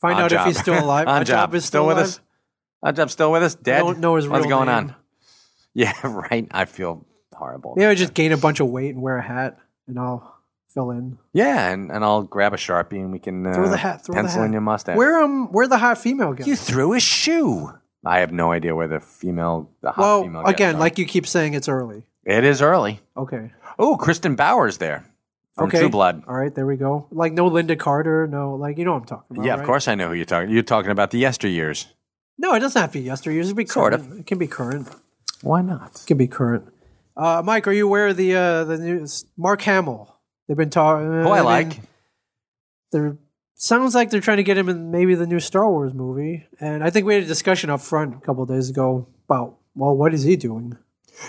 A: Find
B: on
A: out
B: job.
A: if he's still
B: <laughs>
A: alive.
B: on
A: Odd
B: job.
A: Job is
B: still,
A: still,
B: with
A: alive.
B: us. On job still with us. Dead.
A: I don't know his
B: What's
A: real
B: going
A: name.
B: on? <laughs> Yeah, right. I feel horrible.
A: Maybe I just gain a bunch of weight and wear a hat, and I'll fill in.
B: Yeah, and, and I'll grab a sharpie and we can uh,
A: Throw the hat. Throw
B: pencil
A: the hat.
B: in your mustache.
A: Where um, where the hot female guy?
B: you threw a shoe. I have no idea where the female, the hot
A: well,
B: female. guests
A: again,
B: are.
A: like you keep saying, it's early.
B: it is early.
A: Okay.
B: Oh, Kristen Bauer's there from
A: okay.
B: True Blood.
A: All right, there we go. Like no Linda Carter, no like you know what I'm talking about.
B: yeah, of
A: right?
B: course I know who you're talking. You're talking about the yesteryears.
A: No, it doesn't have to be yesteryears. It can be
B: Sort
A: current. It can be current. It
B: Why not?
A: can be current. Uh, Mike, are you aware of the uh, the news? Mark Hamill. They've been talking.
B: Who Oh, I like.
A: They're sounds like they're trying to get him in maybe the new Star Wars movie. And I think we had a discussion up front a couple of days ago about well, what is he doing?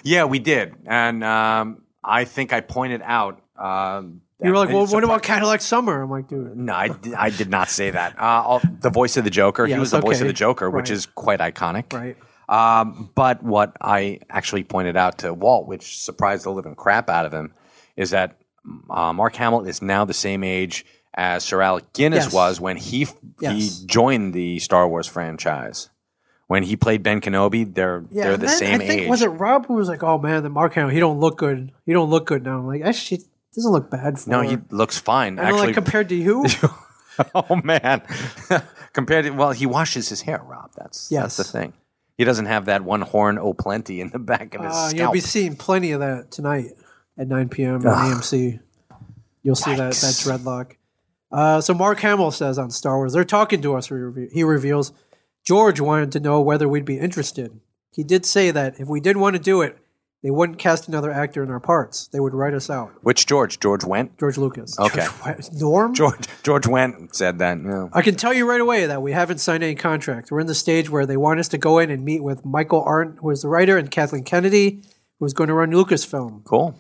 B: Yeah, we did, and um, I think I pointed out. Um,
A: You were like,
B: that-
A: well, what about Cadillac Summer? I'm like, dude,
B: No, I, di- I did not say that. Uh, I'll- the voice of the Joker.
A: Yes,
B: he was the voice
A: okay.
B: of the Joker, which
A: Right.
B: is quite iconic.
A: right?
B: Um, but what I actually pointed out to Walt, which surprised the living crap out of him, is that uh, Mark Hamill is now the same age as Sir Alec Guinness
A: Yes.
B: was when he f-
A: Yes.
B: he joined the Star Wars franchise. When he played Ben Kenobi, they're they're
A: and
B: the
A: then
B: same
A: I think,
B: age.
A: Was it Rob who was like, "Oh man, the Mark Hamill, he don't look good. He don't look good now." I'm like, actually, it doesn't look bad for.
B: no, he looks
A: And
B: fine.
A: I'm
B: Actually,
A: like compared to who?
B: <laughs> oh man <laughs> compared to well he washes his hair rob that's
A: Yes.
B: that's the thing he doesn't have that one horn o plenty in the back of his
A: Uh,
B: scalp
A: you'll be seeing plenty of that tonight at 9 p.m. on AMC. You'll see that that
B: Yikes.
A: dreadlock. Uh, so Mark Hamill says on Star Wars, they're talking to us. He reve- he reveals George wanted to know whether we'd be interested. He did say that if we did want to do it, they wouldn't cast another actor in our parts. They would write us out.
B: which george george went
A: George Lucas.
B: Okay.
A: George Wa- Norm.
B: george george went and said that no.
A: I can tell you right away that we haven't signed any contract. We're in the stage where they want us to go in and meet with Michael Arndt, who is the writer, and Kathleen Kennedy, who is going to run Lucasfilm.
B: cool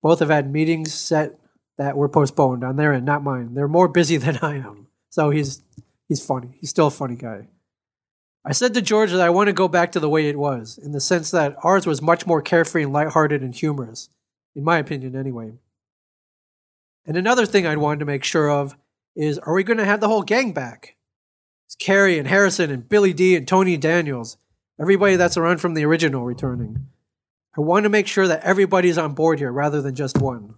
A: Both have had meetings set that were postponed on their end, not mine. They're more busy <laughs> than I am. So he's he's funny. He's still a funny guy. I said to George that I want to go back to the way it was, in the sense that ours was much more carefree and lighthearted and humorous, in my opinion anyway. And another thing I'd wanted to make sure of is are we gonna have the whole gang back? It's Carrie and Harrison and Billy D and Tony Daniels. Everybody that's around from the original returning. I want to make sure that everybody's on board here rather than just one.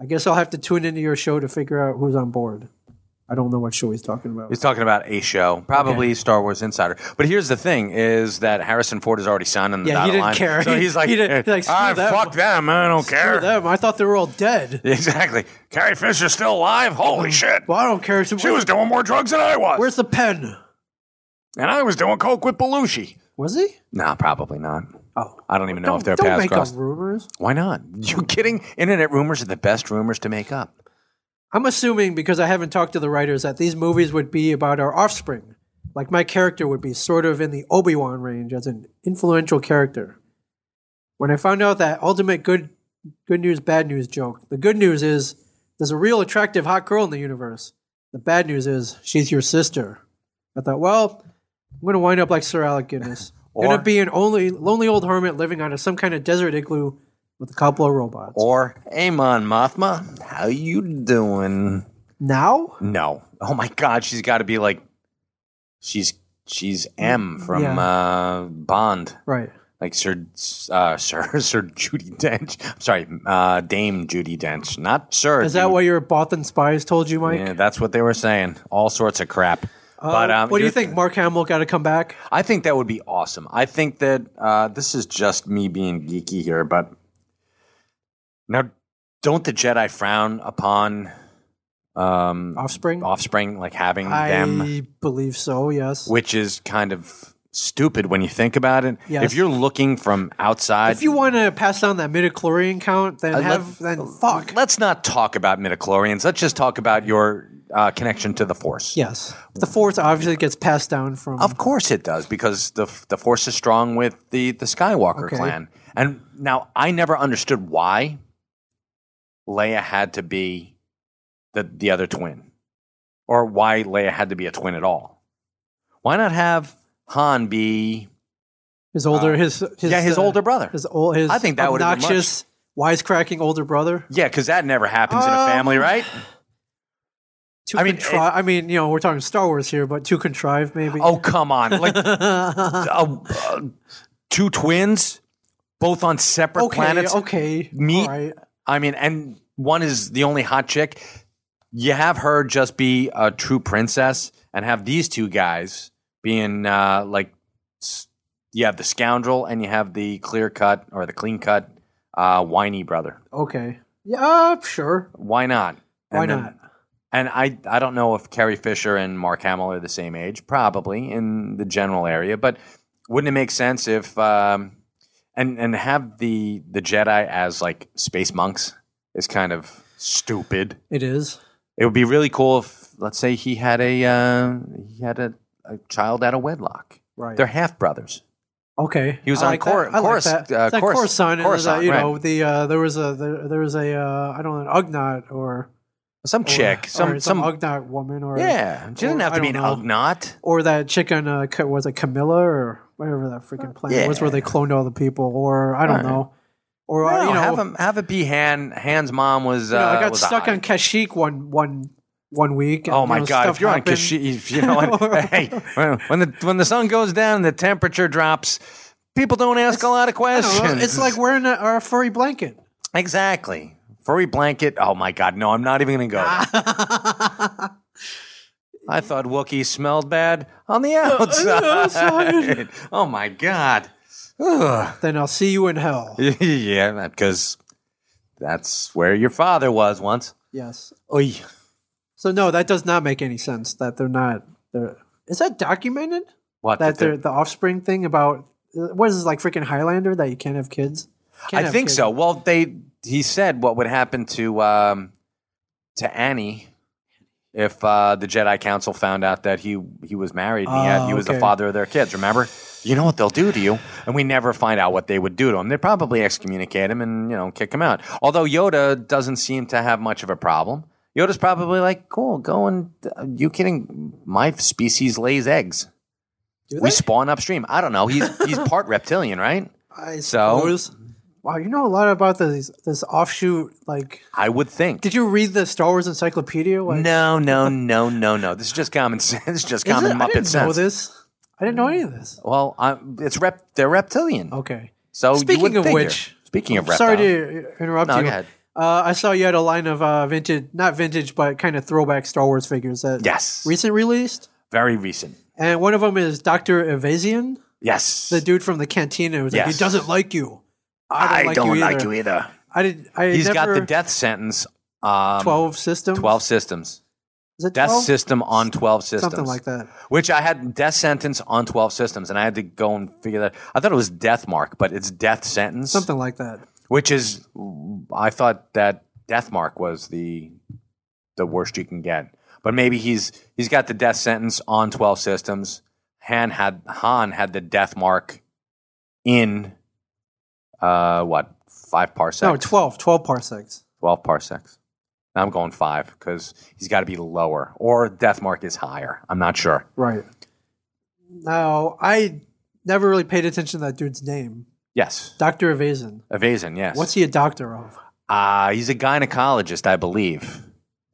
A: I guess I'll have to tune into your show to figure out who's on board. I I don't know what show he's talking about.
B: He's talking about a show, probably Star Wars Insider. But here's the thing: is that Harrison Ford has already signed on the
A: Yeah, he
B: dotted
A: didn't
B: line,
A: care.
B: so he's
A: <laughs>
B: like,
A: He didn't- he's like,
B: "All right,
A: screw them.
B: fuck them, I don't
A: Screw
B: care."
A: them. I thought they were all dead.
B: <laughs> Exactly. Carrie Fisher's still alive. Holy shit!
A: Well, I don't care. So
B: She
A: where-
B: was doing more drugs than I was,
A: Mm. where's the pen?
B: and I was doing coke with Belushi.
A: Was he?
B: Nah, probably not.
A: Oh,
B: I don't even know if
A: don't,
B: their
A: don't
B: paths
A: make
B: crossed.
A: up rumors.
B: Why not? You kidding? Internet rumors are the best rumors to make up.
A: I'm assuming because I haven't talked to the writers that these movies would be about our offspring. Like my character would be sort of in the Obi Wan range as an influential character. When I found out that ultimate good good news bad news joke, the good news is there's a real attractive hot girl in the universe. The bad news is she's your sister. I thought, well, I'm gonna wind up like Sir Alec Guinness. I'm
B: <laughs> Or-
A: gonna be an only lonely old hermit living on a, some kind of desert igloo with a couple of robots.
B: Or, hey, Mon Mothma, how you doing?
A: now?
B: No. Oh my God, she's got to be like, she's she's M from
A: Yeah.
B: uh, Bond,
A: Right.
B: like Sir uh, <laughs> Sir Sir Judy Dench. I'm sorry, uh, Dame Judy Dench, not Sir.
A: Is that
B: Judy-
A: what your Bothan spies told you, Mike?
B: Yeah, that's what they were saying. All sorts of crap. but um,
A: Uh, what do you
B: you're-
A: think? Mark Hamill got to come back?
B: I think that would be awesome. I think that uh, this is just me being geeky here, but now don't the Jedi frown upon um,
A: Offspring?
B: offspring, like having them,
A: I believe so. Yes.
B: which is kind of stupid when you think about it.
A: Yes.
B: If you're looking from outside,
A: if you want to pass down that midichlorian count, then
B: Uh, let-
A: have then fuck.
B: let's not talk about midichlorians. Let's just talk about your uh, connection to the Force.
A: yes. The Force obviously gets passed down from.
B: Of course it does, because the the force is strong with the the Skywalker
A: Okay.
B: clan. And now I never understood why Leia had to be the the other twin, or why Leia had to be a twin at all. Why not have Han be
A: his older, his, his
B: yeah his
A: uh,
B: older brother?
A: his old, his
B: I think that would've been much-
A: obnoxious, wisecracking older brother.
B: yeah, because that never happens in a
A: Um,
B: family, right?
A: Too
B: I
A: I
B: mean,
A: mean, I mean, you know, we're talking Star Wars here, but too contrived, maybe.
B: Oh come on,
A: <laughs>
B: like uh, uh, two twins, both on separate
A: okay,
B: planets.
A: okay,
B: meet-
A: all right.
B: I mean, and one is the only hot chick. You have her just be a true princess, and have these two guys being uh, like, s- you have the scoundrel, and you have the clear cut or the clean cut uh, whiny brother.
A: okay, yeah, sure,
B: Why not? And
A: why
B: then-
A: not?
B: And I, I don't know if Carrie Fisher and Mark Hamill are the same age, probably in the general area, but wouldn't it make sense if um, and and have the the Jedi as like space monks is kind of stupid.
A: It is.
B: It would be really cool if let's say he had a uh, he had a, a child out of wedlock.
A: Right.
B: They're half brothers.
A: Okay,
B: He was
A: I
B: on
A: like
B: Cor-
A: that. I like
B: Corus-
A: that.
B: uh,
A: It's like
B: Corus-
A: Coruscant, and there's a-
B: Coruscant,
A: you know, the uh, there was a there, there was a uh, I don't know an Ugnaught or
B: Some chick,
A: Oh, or
B: some some,
A: Ugnaught woman or
B: yeah. She didn't
A: or
B: have to
A: I
B: be an
A: don't
B: Ugnaught.
A: or that chick on uh, Ca- was it Camilla or whatever that freaking planet was where
B: yeah.
A: they cloned all the people or I don't
B: Right.
A: know or uh,
B: No,
A: you know,
B: have
A: you know,
B: him have it be Han. Han's mom was. Uh,
A: I got
B: was a
A: stuck
B: hottie.
A: on Kashyyyk one one one week. and,
B: Oh
A: you
B: my
A: know,
B: God!
A: stuff
B: If you're on
A: happened.
B: Kashyyyk, if, you know,
A: <laughs>
B: and, hey, when- when the when the sun goes down and the temperature drops, people don't ask a lot of
A: I don't know,
B: questions.
A: it's
B: <laughs>
A: like wearing a, a furry blanket.
B: exactly furry blanket. Oh my God! No, I'm not even gonna go.
A: <laughs>
B: there. I thought Wookiees smelled bad
A: <laughs>
B: on the outside.
A: outside.
B: <laughs> oh my God! Ugh. <laughs>
A: then I'll see you in hell.
B: yeah, because that's where your father was once.
A: Yes.
B: Oy.
A: So no, that does not make any sense. That they're not. They're is that documented?
B: What?
A: That
B: the-
A: they're the offspring thing about what is this like freaking Highlander that you can't have kids? Can't
B: I
A: have
B: think
A: kids.
B: so. Well, they he said what would happen to um, to Annie if uh, the Jedi Council found out that he he was married and he, had,
A: Ah,
B: he was the
A: okay.
B: father of their kids. Remember, you know what they'll do to you, and we never find out what they would do to him. They probably excommunicate him and you know kick him out. Although Yoda doesn't seem to have much of a problem. Yoda's probably like, cool, go and uh, you kidding? My species lays eggs.
A: Do
B: We
A: they?
B: spawn upstream. I don't know. He's he's part reptilian, right?
A: I
B: so-
A: suppose. Wow, you know a lot about this this offshoot. Like,
B: I would think.
A: did you read the Star Wars Encyclopedia? Like, <laughs>
B: No, no, no, no, no. This is just common <laughs> sense. It's
A: is
B: just
A: it-
B: common
A: I
B: Muppet
A: didn't know
B: sense.
A: this. I didn't know any of this.
B: Well, i it's rep. They're reptilian.
A: Okay.
B: So you
A: Speaking
B: would
A: of
B: figure.
A: which,
B: speaking of reptile,
A: Sorry to interrupt
B: No,
A: you.
B: go ahead.
A: Uh, I saw you had a line of uh, vintage, not vintage, but kind of throwback Star Wars figures that
B: Yes.
A: recent released.
B: Very recent.
A: And one of them is Doctor Evasian,
B: Yes.
A: the dude from the cantina. Who's like,
B: Yes.
A: he doesn't like you. I
B: I
A: don't like,
B: don't
A: you,
B: like
A: either.
B: you either.
A: I did. I
B: He's
A: never,
B: got the death sentence. Um,
A: twelve system.
B: 12 systems.
A: Is it
B: Death
A: 12?
B: system on 12 systems.
A: Something like that.
B: Which I had death sentence on 12 systems, and I had to go and figure that I thought it was death mark, but it's death sentence.
A: Something like that.
B: Which is, I thought that death mark was the the worst you can get. But maybe he's he's got the death sentence on 12 systems. Han had Han had the death mark in uh what five parsecs?
A: No, 12, 12 parsecs.
B: 12 parsecs. I'm going five because he's got to be lower, or death mark is higher. I'm not sure.
A: Right. Now I never really paid attention to that dude's name,
B: Yes,
A: Doctor Evasian.
B: Evasion. Yes.
A: What's he a doctor of?
B: Uh, he's a gynecologist, I believe.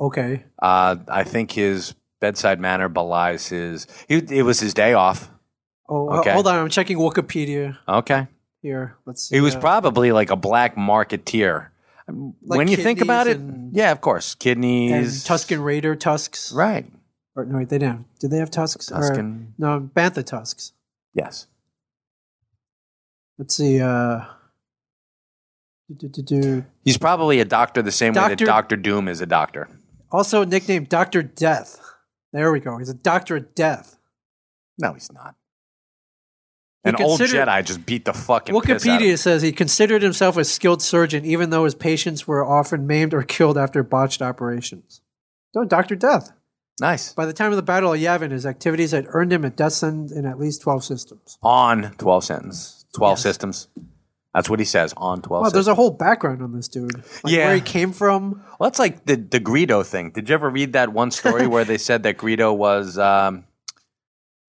A: Okay.
B: Uh, I think his bedside manner belies his. He, it was his day off.
A: Oh, uh,
B: Okay.
A: hold on. I'm checking Wikipedia
B: Okay.
A: here. Let's see.
B: He was
A: uh,
B: probably like a black marketeer.
A: Like
B: when you think
A: kidneys
B: about it,
A: and-
B: yeah, of course,
A: and
B: kidneys,
A: Tuscan Raider tusks.
B: right?
A: Or, no, wait, they didn't. have- Did they have tusks? Or-
B: Tuscan,
A: no, bantha tusks.
B: yes.
A: Let's see. Uh, do, do, do, do.
B: He's probably a doctor the same way that
A: Doctor-
B: Doctor Doom is a doctor.
A: Also nicknamed Doctor Death. There we go. He's a Doctor of Death.
B: No, he's not.
A: He
B: An old
A: considered-
B: Jedi just beat the fucking piss out of him.
A: Wikipedia says he considered himself a skilled surgeon, even though his patients were often maimed or killed after botched operations. So, Doctor Death.
B: Nice.
A: By the time of the Battle of Yavin, his activities had earned him a death sentence in at least twelve systems.
B: On 12 sentence, 12
A: Yes.
B: systems. That's what he says on 12
A: Wow,
B: systems.
A: there's a whole background on this dude. Like
B: Yeah.
A: Where he came from.
B: well, that's like the, the Greedo thing. Did you ever read that one story where they said that Greedo was, um,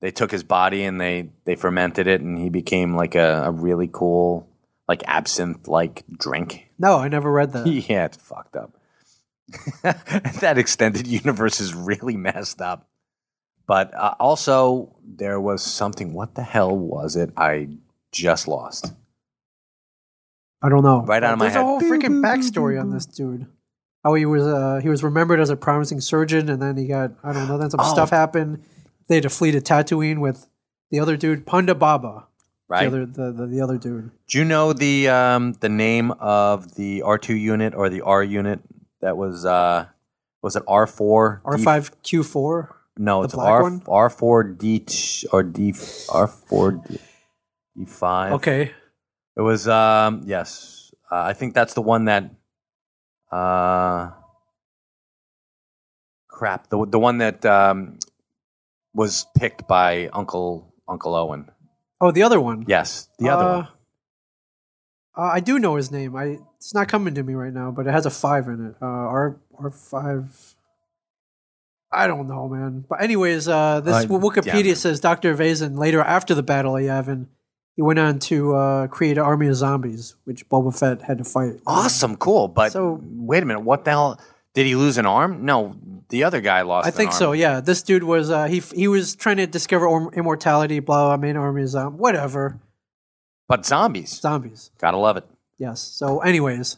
B: they took his body and they, they fermented it and he became like a, a really cool, like absinthe like drink?
A: No, I never read that.
B: <laughs> yeah, it's fucked up. <laughs> that extended universe is really messed up. But uh, also, there was something. What the hell was it? I just lost.
A: I don't know.
B: Right out of my
A: There's
B: head.
A: a whole freaking backstory on this dude. How he was uh, he was remembered as a promising surgeon, and then he got I don't know. Then some
B: Oh.
A: stuff happened. They had to flee to Tatooine with the other dude, Punda Baba.
B: Right?
A: The other the, the, the other dude.
B: Do you know the um, the name of the R two unit or the R unit that was uh, was it R four
A: R five Q four.
B: No,
A: the
B: it's
A: black
B: R
A: one?
B: R four D t- or D R four D five.
A: Okay.
B: It was um yes. Uh, I think that's the one that uh crap, the the one that um was picked by Uncle Uncle Owen.
A: Oh, the other one.
B: Yes, the other
A: Uh,
B: one.
A: Uh, I do know his name. I it's not coming to me right now, but it has a five in it. Uh, R R five. I don't know, man. But anyways, uh, this
B: Uh,
A: Wikipedia
B: yeah.
A: says Doctor Vazen later after the Battle of Yavin, he went on to uh, create an army of zombies, which Boba Fett had to fight.
B: Awesome, cool, but
A: So-
B: wait a minute, what the hell did he lose an arm? No, the other guy lost
A: I
B: an
A: think so.
B: arm.
A: Yeah, this dude was uh, he he was trying to discover or- immortality. Blah, blah, main army of zombies, whatever
B: But zombies.
A: zombies.
B: Gotta love it.
A: Yes. So, anyways,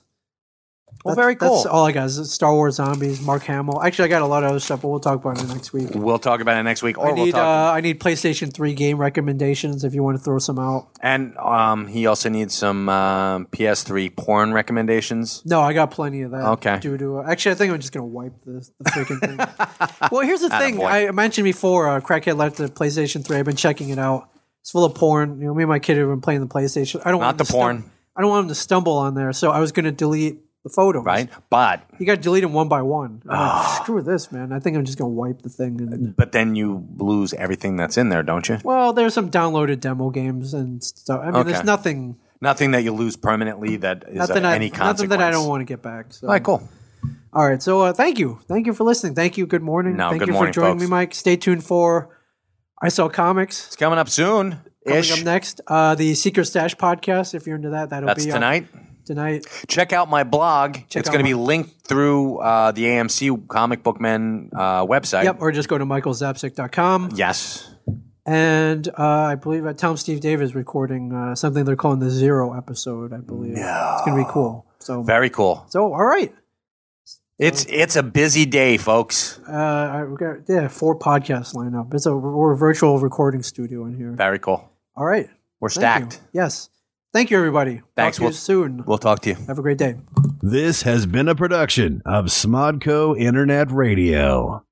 B: Well,
A: That's-
B: very cool.
A: That's all I got. Is Star Wars zombies, Mark Hamill. Actually, I got a lot of other stuff, but we'll talk about it next week.
B: We'll talk about it next week, or
A: I
B: we'll
A: need
B: talk.
A: uh, I need PlayStation Three game recommendations if you want to throw some out.
B: and um, he also needs some um PS3 porn recommendations.
A: No, I got plenty of that.
B: Okay.
A: Due to uh, actually, I think I'm just gonna wipe this the freaking
B: <laughs>
A: thing. well, here's the thing.
B: Attaboy.
A: I mentioned before, uh, Crackhead left the PlayStation Three. I've been checking it out. It's full of porn. You know, me and my kid have been playing the PlayStation. I don't
B: Not
A: want him
B: the
A: to
B: porn.
A: stum- I don't want him to stumble on there. So I was gonna delete the photos.
B: Right, but
A: You got to delete them one by one. I'm like, Screw this, man. I think I'm just gonna wipe the thing. And-
B: but then you lose everything that's in there, don't you?
A: Well, there's some downloaded demo games and stuff. I mean, there's
B: Okay.
A: nothing,
B: Nothing that you lose permanently that is
A: nothing,
B: of
A: I,
B: any
A: nothing
B: consequence.
A: that I don't want to get back. So.
B: All right, cool.
A: All right, so uh, thank you, thank you for listening. Thank you. Good morning.
B: No,
A: thank
B: good
A: you
B: morning,
A: for joining
B: folks.
A: me, Mike. Stay tuned for I Sell Comics
B: It's coming up soon.
A: coming
B: Ish.
A: up next. Uh, the Secret Stash podcast. If you're into that, that'll
B: That's
A: be uh, up
B: tonight.
A: Tonight.
B: Check out my blog. it's
A: out
B: going to
A: my-
B: be linked through uh, the AMC Comic Book Men uh, website.
A: Yep. Or just go to michaelzapsik.com.
B: Yes.
A: And uh, I believe uh, Tom Steve Dave is recording uh, something they're calling the Zero episode. I believe it's going to be cool. So
B: Very cool.
A: so all right.
B: It's it's a busy day, folks.
A: Uh, I- we got yeah four podcasts lined up. It's a we're a virtual recording studio in here.
B: Very cool.
A: All right.
B: We're
A: Thank you.
B: stacked.
A: Yes. Thank you, everybody.
B: Thanks.
A: Talk to you
B: We'll-
A: soon.
B: We'll talk to you.
A: Have a great day.
E: This has been a production of Smodco Internet Radio.